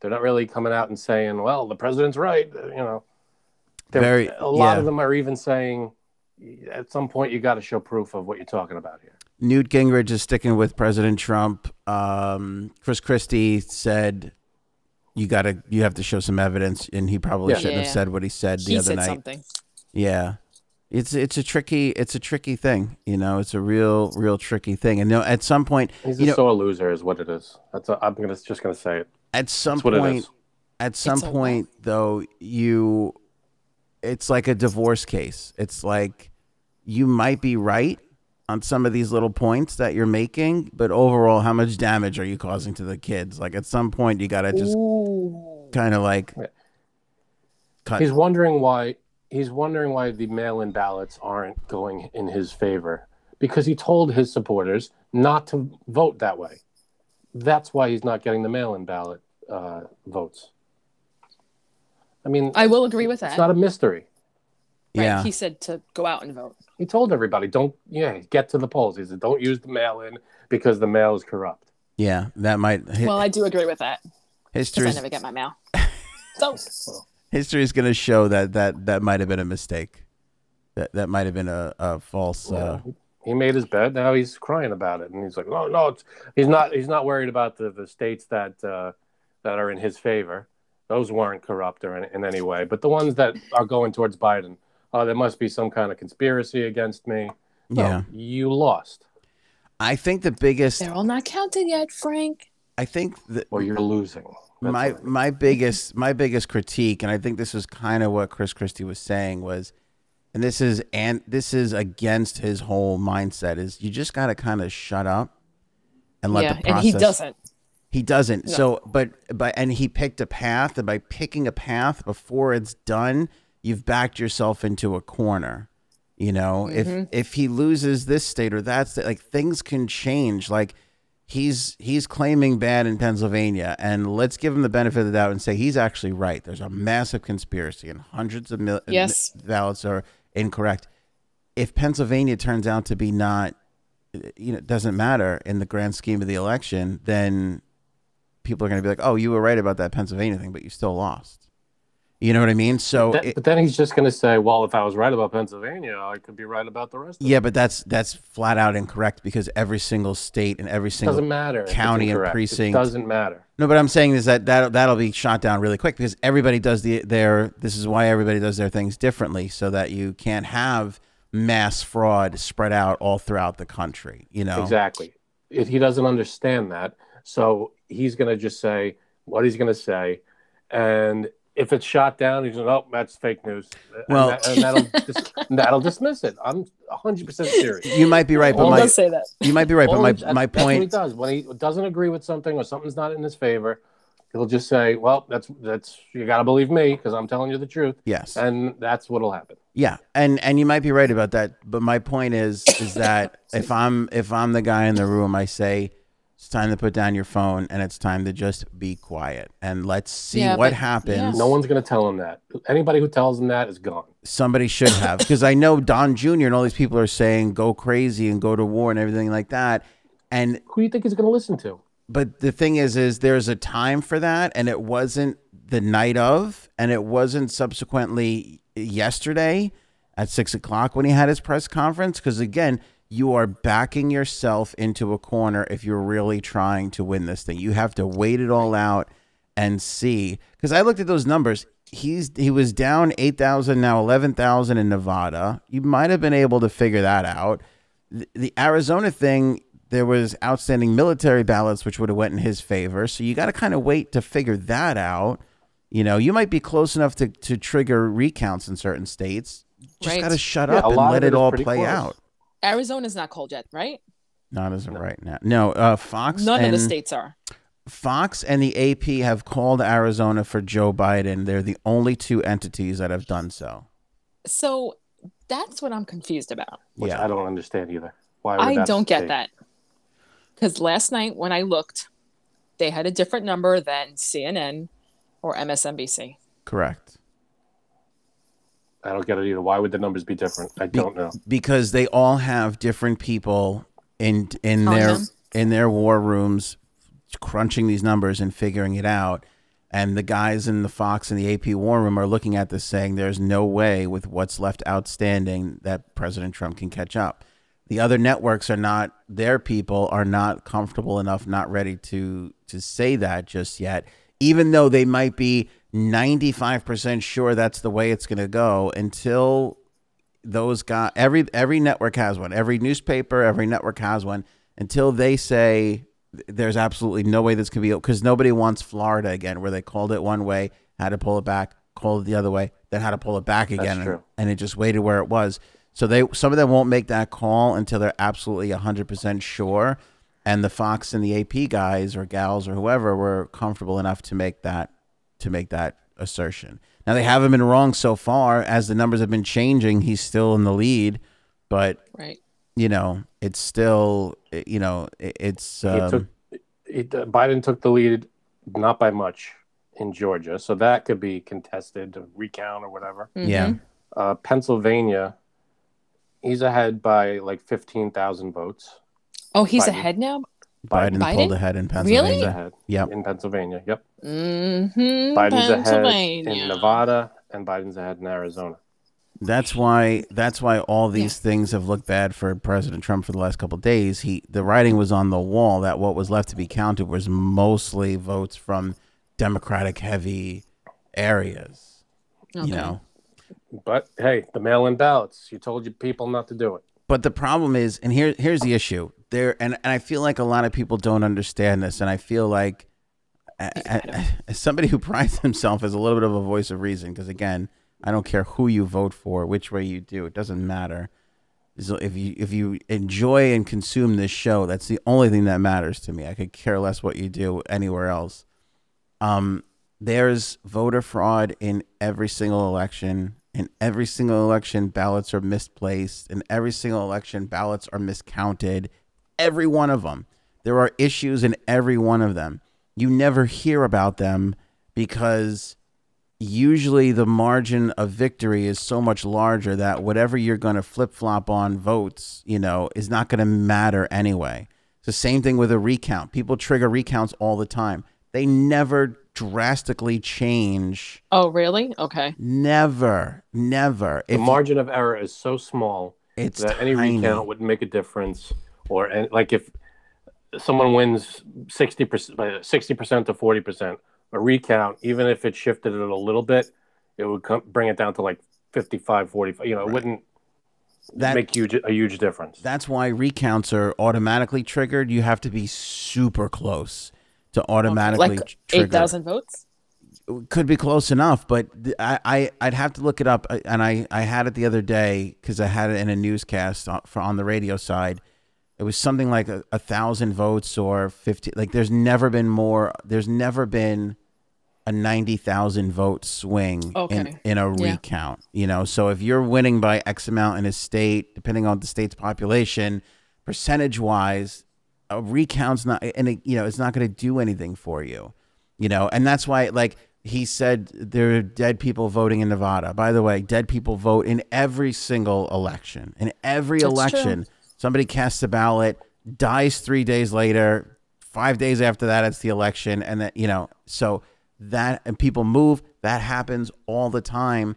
B: they're not really coming out and saying well the president's right uh, you know They're-
A: Very-
B: a lot
A: yeah.
B: of them are even saying at some point you got to show proof of what you're talking about here
A: Newt Gingrich is sticking with President Trump. Um, Chris Christie said, "You gotta, you have to show some evidence," and he probably
B: Yeah.
A: shouldn't have
C: Yeah.
A: said what he said the
C: He
A: other
C: said
A: night.
C: something.
A: Yeah. It's it's a tricky it's a tricky thing, you know. It's a real real tricky thing, and no, at some point,
B: He's
A: You
B: a
A: know-
B: sore loser, is what it is. That's i I'm gonna just gonna say it.
A: at some
B: That's what it
A: point,
B: is.
A: at some
C: a lot.
A: point though you it's like a divorce case it's like you might be right on some of these little points that you're making but overall how much damage are you causing to the kids like at some point you gotta just
C: Ooh.
A: kind of like
B: Yeah.
A: cut
B: He's wondering why he's wondering why the mail-in ballots aren't going in his favor because he told his supporters not to vote that way. That's why he's not getting the mail-in ballot uh, votes. I mean,
C: I will agree with that.
B: it's not a mystery.
C: Right,
A: yeah
C: He said to go out and vote.
B: He told everybody, "Don't yeah, get to the polls." He said, "Don't use the mail-in because the mail is corrupt."
A: yeah that might hi-
C: Well, I do agree with that because I
A: history's
C: never get my mail. So
A: history's gonna show that that that might have been a mistake that that might have been a, a false uh,
B: he made his bed. Now he's crying about it, and he's like, "No, no, it's, he's not. He's not worried about the, the states that uh, that are in his favor. Those weren't corrupt or in, in any way. But the ones that are going towards Biden, oh, there must be some kind of conspiracy against me. No,
A: yeah
B: you lost,
A: i think the biggest
C: they're all not counted yet, Frank.
A: i think the,
B: or you're losing. That's
A: my oh,
B: what I mean.
A: my biggest my biggest critique, and I think this was kind of what Chris Christie was saying was, and this is and this is against his whole mindset is you just got to kind of shut up and let
C: yeah,
A: the process.
C: and he doesn't.
A: He doesn't.
C: No.
A: So, but but and he picked a path, and by picking a path before it's done, you've backed yourself into a corner. You know,
C: Mm-hmm.
A: if if he loses this state or that state, like things can change. Like he's he's claiming bad in Pennsylvania, and let's give him the benefit of the doubt and say he's actually right. There's a massive conspiracy, and hundreds of mil-
C: Yes.
A: ballots are incorrect. If Pennsylvania turns out to be not you know, it doesn't matter in the grand scheme of the election, then people are going to be like, "Oh, you were right about that Pennsylvania thing, but you still lost." You know what I mean? So,
B: That-
A: it,
B: but then he's just going to say, "Well, if I was right about Pennsylvania, I could be right about the rest." of
A: yeah, but that's that's flat out incorrect because every single state and every
B: it. doesn't
A: single
B: matter. if it's
A: county and
B: incorrect. It
A: precinct-
B: doesn't matter.
A: no, but I'm saying is that that that'll be shot down really quick because everybody does the their. This is why everybody does their things differently, so that you can't have mass fraud spread out all throughout the country. You know,
B: Exactly. If he doesn't understand that, so he's going to just say what he's going to say, and if it's shot down, he's going, "Oh, that's fake news." And
A: Well-
B: that- and, that'll dis- and that'll dismiss it. I'm 100 percent serious.
A: You might be right, but
C: Well,
B: All
A: my
C: does say that.
A: you might be right, but
B: All-
A: my
B: that's-
A: my
B: that's what he
A: point.
B: does when he doesn't agree with something or something's not in his favor, he'll just say, "Well, that's that's you got to believe me because I'm telling you the truth,"
A: Yes.
B: and that's what'll happen.
A: Yeah, and and you might be right about that, but my point is is that if I'm if I'm the guy in the room, I say it's time to put down your phone and it's time to just be quiet and let's see
C: Yeah,
A: what
C: but-
A: happens.
B: No one's going to tell him that. Anybody who tells him that is gone.
A: Somebody should have because I know Don Jr. and all these people are saying go crazy and go to war and everything like that. And
B: Who do you think he's going to listen to?
A: but the thing is is there's a time for that and it wasn't the night of, and it wasn't subsequently yesterday at six o'clock when he had his press conference. Because again, you are backing yourself into a corner if you're really trying to win this thing. You have to wait it all out and see. Because I looked at those numbers. He's he was down eight thousand, now eleven thousand in Nevada. You might have been able to figure that out. The, the Arizona thing, there was outstanding military ballots which would have went in his favor. So you got to kind of wait to figure that out. You know, you might be close enough to to trigger recounts in certain states. Just
C: Right.
A: got to shut
B: Yeah,
A: up
B: a
A: and
B: lot
A: let
B: of it
A: it
B: is
A: all
B: pretty
A: play
B: close.
A: out.
C: Arizona's not cold yet, right?
A: Not as of right now. No, uh, Fox
C: None
A: and
C: of the states are.
A: Fox and the AP have called Arizona for Joe Biden. They're the only two entities that have done so.
C: So that's what I'm confused about.
B: which
A: yeah,
B: I don't understand either. Why would
C: I
B: that
C: don't get
B: be?
C: that. Because last night when I looked, they had a different number than CNN or MSNBC.
A: correct.
B: I don't get it either. Why would the numbers be different? I don't know.
A: Because they all have different people in in
C: On
A: their
C: them.
A: in their war rooms crunching these numbers and figuring it out. And the guys in the Fox and the AP war room are looking at this saying there's no way with what's left outstanding that President Trump can catch up. The other networks are not their people are not comfortable enough, not ready to to say that just yet, even though they might be 95% sure that's the way it's going to go until those guys every every network has one every newspaper every network has one until they say th- there's absolutely no way this can be because nobody wants florida again where they called it one way had to pull it back called it the other way then had to pull it back again and-
B: true.
A: and it just waited where it was so they some of them won't make that call until they're absolutely 100% sure and the fox and the ap guys or gals or whoever were comfortable enough to make that to make that assertion. Now they haven't been wrong so far as the numbers have been changing. He's still in the lead, but
C: Right.
A: you know it's still you know it- it's
B: He
A: um,
B: took, he, uh, Biden took the lead, not by much, in Georgia, so that could be contested, a recount or whatever.
A: yeah
C: Mhm.
B: Uh, Pennsylvania, he's ahead by like fifteen thousand votes.
C: Oh, he's
B: Biden.
C: ahead now?
A: Biden,
C: Biden?
A: pulled ahead in Pennsylvania.
C: Really?
B: He's ahead
A: Yep.
B: in Pennsylvania. Yep,
C: Mm-hmm.
B: Biden's ahead
C: Pennsylvania.
B: in Nevada, and Biden's ahead in Arizona.
A: That's why that's why all these things have looked bad for President Trump for the last couple of days. He the writing was on the wall that what was left to be counted was mostly votes from Democratic heavy areas.
C: Okay.
A: You know.
B: But hey, the mail-in ballots—you told your people not to do it.
A: But the problem is, and here here's the issue. There, and, and I feel like a lot of people don't understand this, and I feel like a- a- as somebody who prides himself as a little bit of a voice of reason, because again, I don't care who you vote for, which way you do, it doesn't matter. So if you if you enjoy and consume this show, that's the only thing that matters to me. I could care less what you do anywhere else. Um, there's voter fraud in every single election. In every single election, ballots are misplaced. In every single election, ballots are miscounted. Every one of them. There are issues in every one of them. You never hear about them because usually the margin of victory is so much larger that whatever you're going to flip flop on votes, you know, is not going to matter anyway. It's the same thing with a recount. People trigger recounts all the time. They never drastically change.
C: Oh, really? Okay.
A: Never, never.
B: The
A: If
B: margin of error is so small
A: it's
B: that any
A: tiny.
B: recount wouldn't make a difference. Or and, like if someone wins sixty percent, sixty percent to forty percent, a recount, even if it shifted it a little bit, it would come, bring it down to like 55, 45. You know, it wouldn't
A: That-
B: make huge a huge difference.
A: That's why recounts are automatically triggered. You have to be super close to automatically
C: Like
A: tr- trigger.
C: 8,000 votes?
A: could be close enough, but th- I, I I'd have to look it up. I- And I I had it the other day because I had it in a newscast on, for, on the radio side. It was something like a, a thousand votes or fifty. Like there's never been more. There's never been a ninety thousand vote swing in
C: Okay.
A: in a
C: Yeah.
A: recount. You know, so if you're winning by X amount in a state, depending on the state's population, percentage wise, a recount's not, and it, you know, it's not going to do anything for you, you know, and that's why, like he said, there are dead people voting in Nevada. By the way, dead people vote in every single election. In every
C: That's
A: election, somebody casts a ballot, dies three days later, five days after that, it's the election, and that you know, so that and people move that happens all the time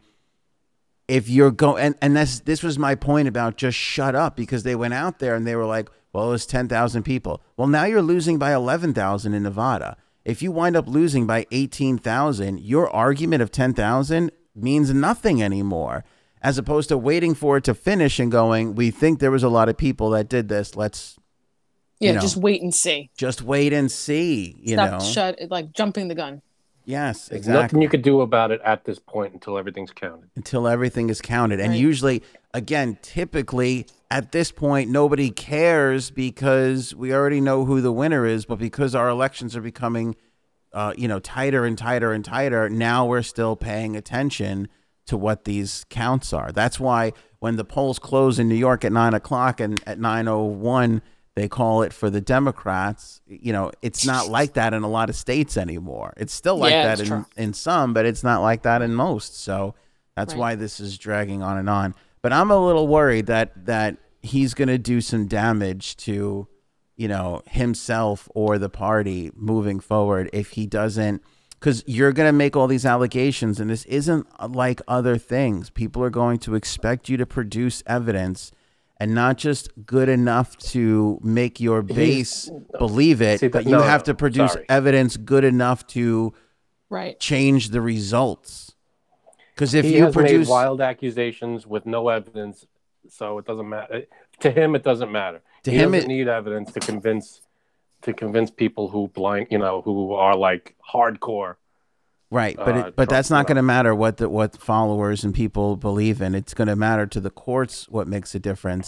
A: if you're going and, and this this was my point about just shut up because they went out there and they were like well it was 10,000 people well now you're losing by 11,000 in Nevada if you wind up losing by 18,000 your argument of 10,000 means nothing anymore as opposed to waiting for it to finish and going we think there was a lot of people that did this let's
C: Yeah,
A: know.
C: just wait and see.
A: just wait and see you
C: Stop
A: know
C: shut like jumping the gun.
A: yes
B: There's
A: exactly
B: Nothing you could do about it at this point until everything's counted.
A: until everything is counted. And
C: Right.
A: usually, again, typically at this point, nobody cares because we already know who the winner is. But because our elections are becoming, uh, you know, tighter and tighter and tighter, now we're still paying attention to what these counts are. That's why when the polls close in New York at nine o'clock and at nine o one. They call it for the Democrats. You know, it's not like that in a lot of states anymore. It's still like
C: Yeah,
A: that
C: it's
A: in,
C: true.
A: in some, but it's not like that in most. So that's
C: Right.
A: why this is dragging on and on. But I'm a little worried that that he's going to do some damage to, you know, himself or the party moving forward if he doesn't cuz you're going to make all these allegations and this isn't uh, like other things. People are going to expect you to produce evidence and not just good enough to make your base believe it,
B: See, that-
A: but you
B: no,
A: have
B: no,
A: to produce
B: sorry.
A: evidence good enough to
C: Right.
A: change the results. Because if
B: he
A: you
B: has
A: produce,
B: made wild accusations with no evidence, so it doesn't matter. To him, it doesn't matter.
A: To
B: he
A: him,
B: doesn't
A: it-
B: need evidence to convince to convince people who blind, you know, who are like hardcore.
A: right, but
B: uh,
A: it, but that's not
B: Trump-
A: going to matter what the, what followers and people believe in. It's going to matter to the courts what makes a difference.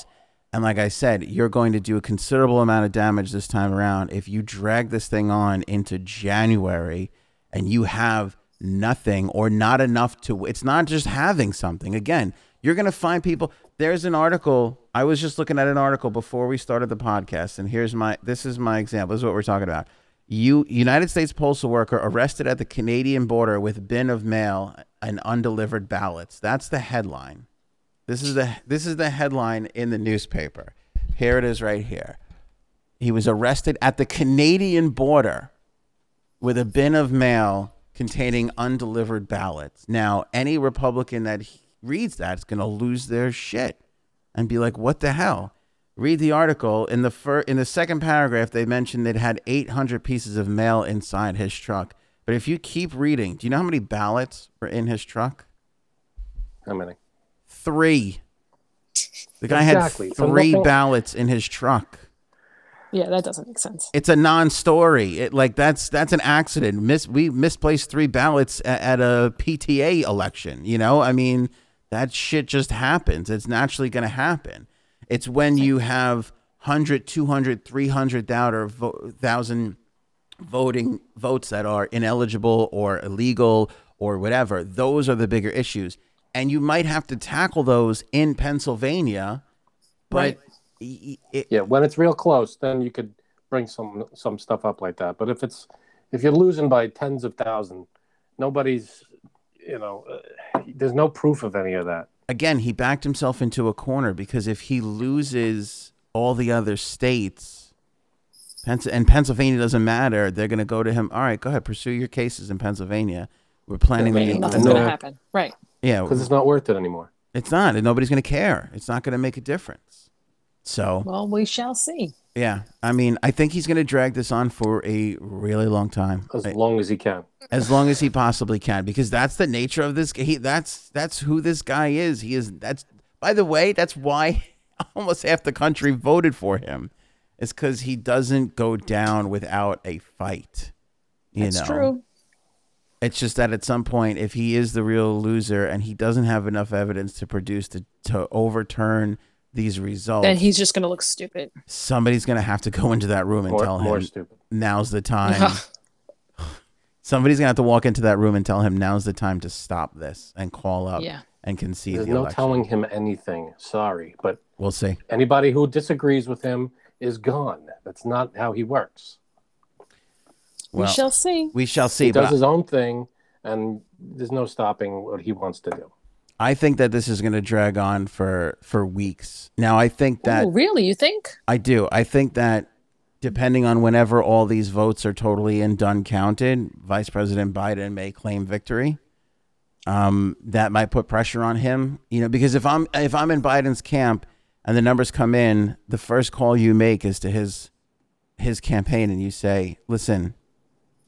A: And like I said, you're going to do a considerable amount of damage this time around if you drag this thing on into January and you have nothing or not enough to. It's not just having something. Again, you're going to find people. There's an article. I was just looking at an article before we started the podcast, and here's my. This is my example. This is what we're talking about. You United States postal worker arrested at the Canadian border with bin of mail and undelivered ballots. That's the headline. This is the this is the headline in the newspaper. Here it is right here. He was arrested at the Canadian border with a bin of mail containing undelivered ballots. Now, any Republican that he- reads that is going to lose their shit and be like, "What the hell?" Read the article in the fir- in the second paragraph. They mentioned it had 800 pieces of mail inside his truck. But if you keep reading, do you know how many ballots were in his truck?
B: How many?
A: Three. The guy
B: Exactly.
A: had
B: So
A: three
B: nothing-
A: ballots in his truck.
C: Yeah, that doesn't make sense.
A: It's a non-story. It like that's that's an accident. Miss we misplaced three ballots at, at a PTA election. You know, I mean that shit just happens. It's naturally going to happen. It's when you have 100, 200, 300 thousand voting votes that are ineligible or illegal or whatever. Those are the bigger issues. And you might have to tackle those in Pennsylvania, but
C: Right.
A: y- y- it,
B: Yeah, when it's real close, then you could bring some some stuff up like that. But if it's if you're losing by tens of thousands, nobody's, you know, uh, there's no proof of any of that.
A: again, he backed himself into a corner because if he loses all the other states, Pens- and Pennsylvania doesn't matter, they're going to go to him. All right, go ahead, pursue your cases in Pennsylvania. We're planning
B: Yeah,
A: on
C: Nothing's
B: no.
C: gonna happen. Right.
A: Yeah,
B: Because it's not worth it anymore.
A: it's not, and nobody's going to care. It's not going to make a difference. So
C: Well, we shall see.
A: yeah, I mean, I think he's going to drag this on for a really long time,
B: As
A: I-
B: long as he can.
A: as long as he possibly can, because that's the nature of this. He that's that's who this guy is. He is that's. By the way, that's why almost half the country voted for him. It's because he doesn't go down without a fight. You
C: It's
A: know,
C: true.
A: it's just that at some point, if he is the real loser and he doesn't have enough evidence to produce to to overturn these results,
C: Then he's just gonna look stupid.
A: somebody's gonna have to go into that room and
B: More,
A: tell
B: more
A: him
B: stupid.
A: now's the time. Somebody's gonna have to walk into that room and tell him now's the time to stop this and call up
C: Yeah.
A: and concede
B: There's
A: the
B: no
A: election.
B: telling him anything. Sorry, but
A: We'll see.
B: anybody who disagrees with him is gone. That's not how he works.
A: Well,
C: we shall see.
A: we shall see.
B: He does
A: But
B: his own thing, and there's no stopping what he wants to do.
A: I think that this is gonna drag on for for weeks. Now I think that
C: oh, really? You think?
A: I do. I think that depending on whenever all these votes are totally and done counted, Vice President Biden may claim victory. Um, that might put pressure on him, you know, because if I'm if I'm in Biden's camp and the numbers come in, the first call you make is to his his campaign, and you say, "Listen,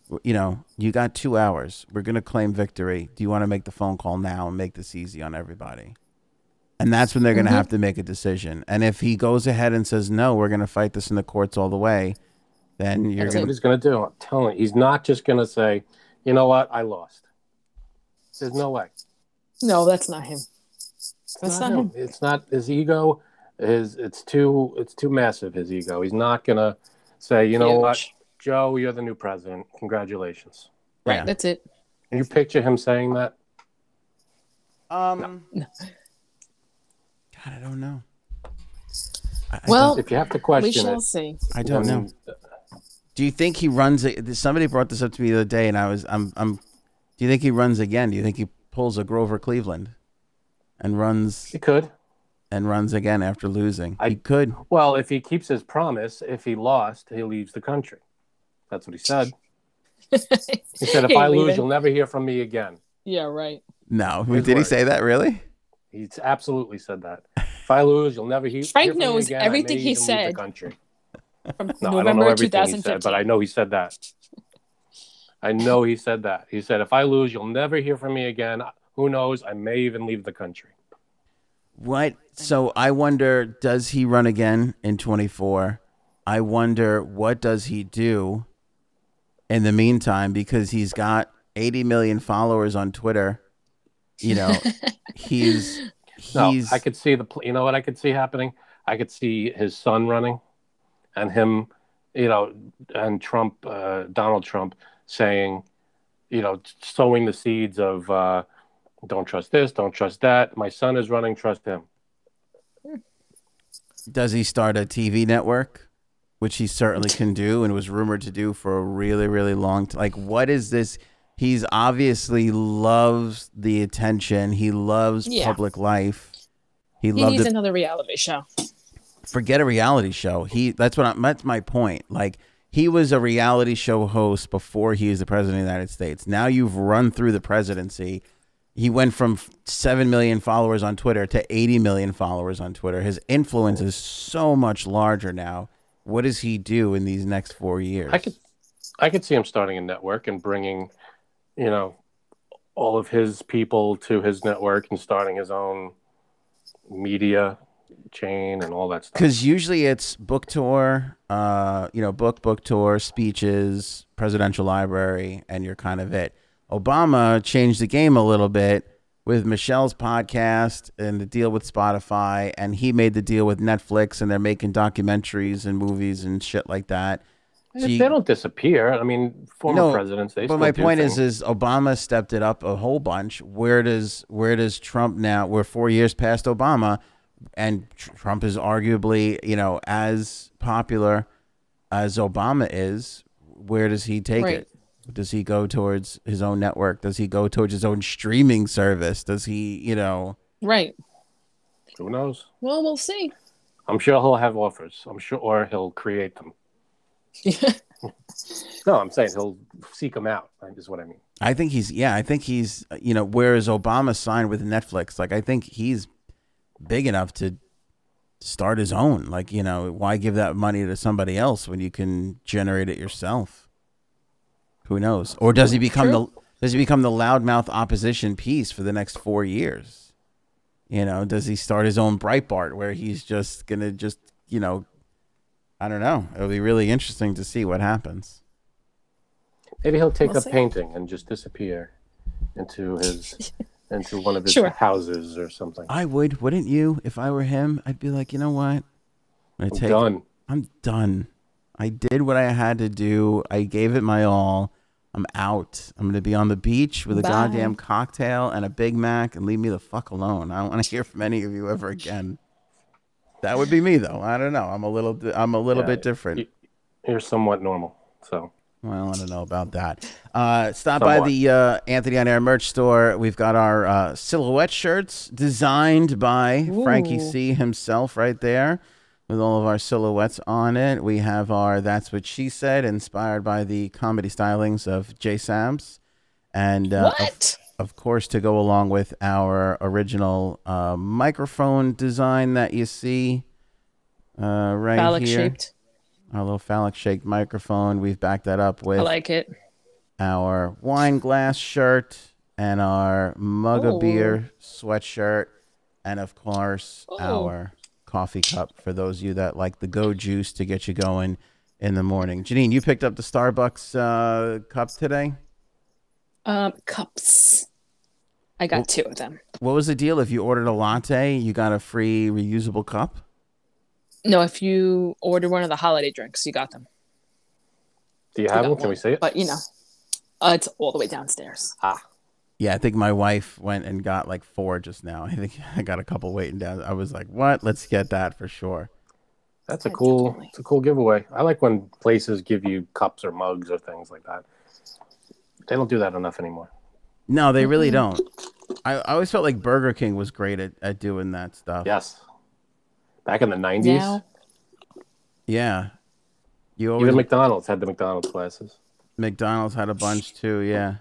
A: w- you know, you got two hours. We're going to claim victory. Do you want to make the phone call now and make this easy on everybody?" And that's when they're going to
C: Mhm.
A: have to make a decision. And if he goes ahead and says, "No, we're going to fight this in the courts all the way," then you're
C: That's
A: going
B: what he's going to do. I'm telling you, he's not just going to say, you know what, I lost. There's no way.
C: No, that's not him. That's not, him.
B: It's not his ego. Is it's too it's too massive. His ego. He's not going to say, you know what,
C: Huge.
B: Joe, you're the new president. Congratulations.
C: Right,
A: Yeah.
C: that's it.
B: Can you picture him saying that?
A: to. Um, God, I don't know. I- I
C: Well,
B: If you have to
C: we
B: question
C: shall
B: it,
C: see.
A: don't- I don't know.
B: mean,
A: Do you think he runs? a- Somebody brought this up to me the other day, and I was, I'm, I'm. Do you think he runs again? Do you think he pulls a Grover Cleveland, and runs
B: He could.
A: and runs again after losing?
B: I-
A: he could.
B: Well, if he keeps his promise, if he lost, he leaves the country. That's what he said. He said, if
C: Hey,
B: I lose,
C: leaving.
B: you'll never hear from me again.
C: Yeah, right.
A: No,
B: His
A: did he
B: word.
A: say that really?
B: He's absolutely said that. If I lose, you'll never he- hear.
C: Frank
B: from me
C: knows
B: again. I may
C: everything he
B: even leave the
C: said.
B: country.
C: From
B: No, I don't know
C: November
B: everything he
C: 2015.
B: said, but I know he said that. I know he said that. He said, if I lose, you'll never hear from me again. Who knows? I may even leave the country.
A: What? So I wonder, does he run again in 24? I wonder what does he do in the meantime because he's got 80 million followers on Twitter. You know, he's
B: No,
A: he's
B: I could see the. pl- You know what I could see happening? I could see his son running, and him, you know, and Trump, uh, Donald Trump, saying, you know, sowing the seeds of, uh, don't trust this, don't trust that. My son is running. Trust him.
A: does he start a TV network, which he certainly can do and was rumored to do for a really really long time. Like what is this? He's obviously loves the attention. He loves
C: Yeah.
A: public life. He,
C: he
A: loved
C: needs
A: it.
C: another reality show.
A: forget a reality show. He that's what I, that's my point. Like he was a reality show host before he was the president of the United States. Now you've run through the presidency. He went from f- seven million followers on Twitter to eighty million followers on Twitter. His influence is so much larger now. What does he do in these next four years?
B: I could, I could see him starting a network and bringing, you know, all of his people to his network and starting his own media chain and all that stuff.
A: Because usually it's book tour, uh, you know, book, book tour, speeches, presidential library, and you're kind of it. Obama changed the game a little bit with Michelle's podcast and the deal with Spotify, and he made the deal with Netflix, and they're making documentaries and movies and shit like that.
B: If
A: So you-
B: they don't disappear. I mean, former
A: No,
B: presidents. They
A: but
B: still
A: my
B: do
A: point
B: things.
A: is, is Obama stepped it up a whole bunch. Where does where does Trump now? We're four years past Obama, and Tr- Trump is arguably you know as popular as Obama is. Where does he take
C: Right.
A: it? Does he go towards his own network? Does he go towards his own streaming service? Does he you know?
C: Right.
B: who knows?
C: Well, we'll see.
B: I'm sure he'll have offers. I'm sure, or he'll create them. No, I'm saying he'll seek them out. Is what I mean.
A: I think he's yeah. I think he's you know. Whereas Obama signed with Netflix, like I think he's big enough to start his own. Like you know, why give that money to somebody else when you can generate it yourself? Who knows? Or does he become
C: True.
A: the does he become the loudmouth opposition piece for the next four years? You know, does he start his own Breitbart where he's just gonna just you know, I don't know. It'll be really interesting to see what happens.
B: Maybe he'll take
C: We'll
B: up
C: see.
B: painting and just disappear into his into one of his
C: Sure.
B: houses or something.
A: I would, wouldn't you? If I were him, I'd be like, you know what? I'm, gonna
B: I'm
A: take,
B: done.
A: I'm done. I did what I had to do. I gave it my all. I'm out. I'm gonna be on the beach with a
C: Bye.
A: goddamn cocktail and a Big Mac, and leave me the fuck alone. I don't want to hear from any of you ever again. That would be me, though. I don't know. I'm a little. I'm a little
B: Yeah,
A: bit different.
B: you- You're somewhat normal. So
A: Well, I don't know about that. Uh, stop by
B: Somewhat.
A: the uh, Anthony on Air merch store. We've got our uh, silhouette shirts designed by Frankie
C: Ooh.
A: C himself right there. with all of our silhouettes on it. We have our That's What She Said, inspired by the comedy stylings of Jay Sams. And uh, of-
C: what?
A: of course, to go along with our original uh, microphone design that you see uh, right
C: Phallic
A: here.
C: shaped.
A: Our little phallic shaped microphone. We've backed that up
C: I
A: with
C: like it.
A: our wine glass shirt and our mug of
C: Ooh.
A: beer sweatshirt, and of course,
C: Ooh.
A: our coffee cup for those of you that like the go juice to get you going in the morning. Janine, you picked up the Starbucks uh, cup today.
C: Um, cups. I got two of them.
A: What was the deal? If you ordered a latte, you got a free reusable cup.
C: No, if you ordered one of the holiday drinks, you got them.
B: Do you have
C: got
B: one? Can we see it?
C: But you know, uh, it's all the way downstairs.
B: Ah,
A: Yeah, I think my wife went and got like four just now. I think I got a couple waiting down. I was like, "What? Let's get that for sure."
B: that's a
C: Yeah,
B: cool.
C: definitely.
B: It's a cool giveaway. I like when places give you cups or mugs or things like that. They don't do that enough anymore.
A: No, they really don't. I, I always felt like Burger King was great at, at doing that stuff.
B: Yes. Back in the nineties,
C: Now,
A: Yeah. You always
B: even McDonald's had the McDonald's glasses.
A: McDonald's had a bunch too, yeah.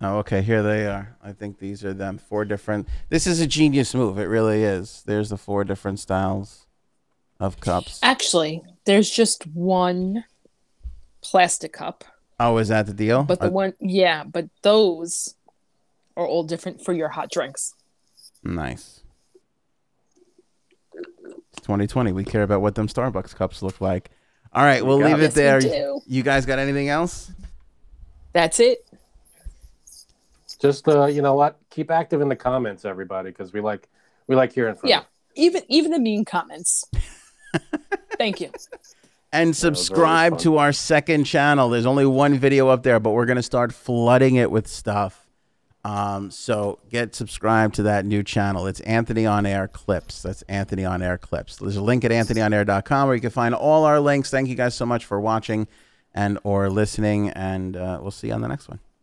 A: Oh, okay, here they are. I think these are them. Four different This is a genius move, it really is. There's the four different styles of cups.
C: actually, there's just one plastic cup,
A: Oh, is that the deal?
C: but the
A: Uh,
C: one, yeah, but those are all different for your hot drinks.
A: nice. It's 2020. We care about what them Starbucks cups look like. All right, we'll
B: God.
A: leave it
C: Yes, we
A: there.
C: do.
A: You guys got anything else?
C: That's it.
B: Just uh, you know what? Keep active in the comments, everybody, because we like we like hearing from
C: Yeah,
B: you.
C: even even the mean comments. Thank you.
A: and
B: those are always
A: subscribe
B: fun.
A: to our second channel. There's only one video up there, but we're gonna start flooding it with stuff. Um, so get subscribed to that new channel. It's Anthony on Air Clips. That's Anthony on Air Clips. There's a link at anthonyonair.com where you can find all our links. Thank you guys so much for watching and or listening, and uh, we'll see you on the next one.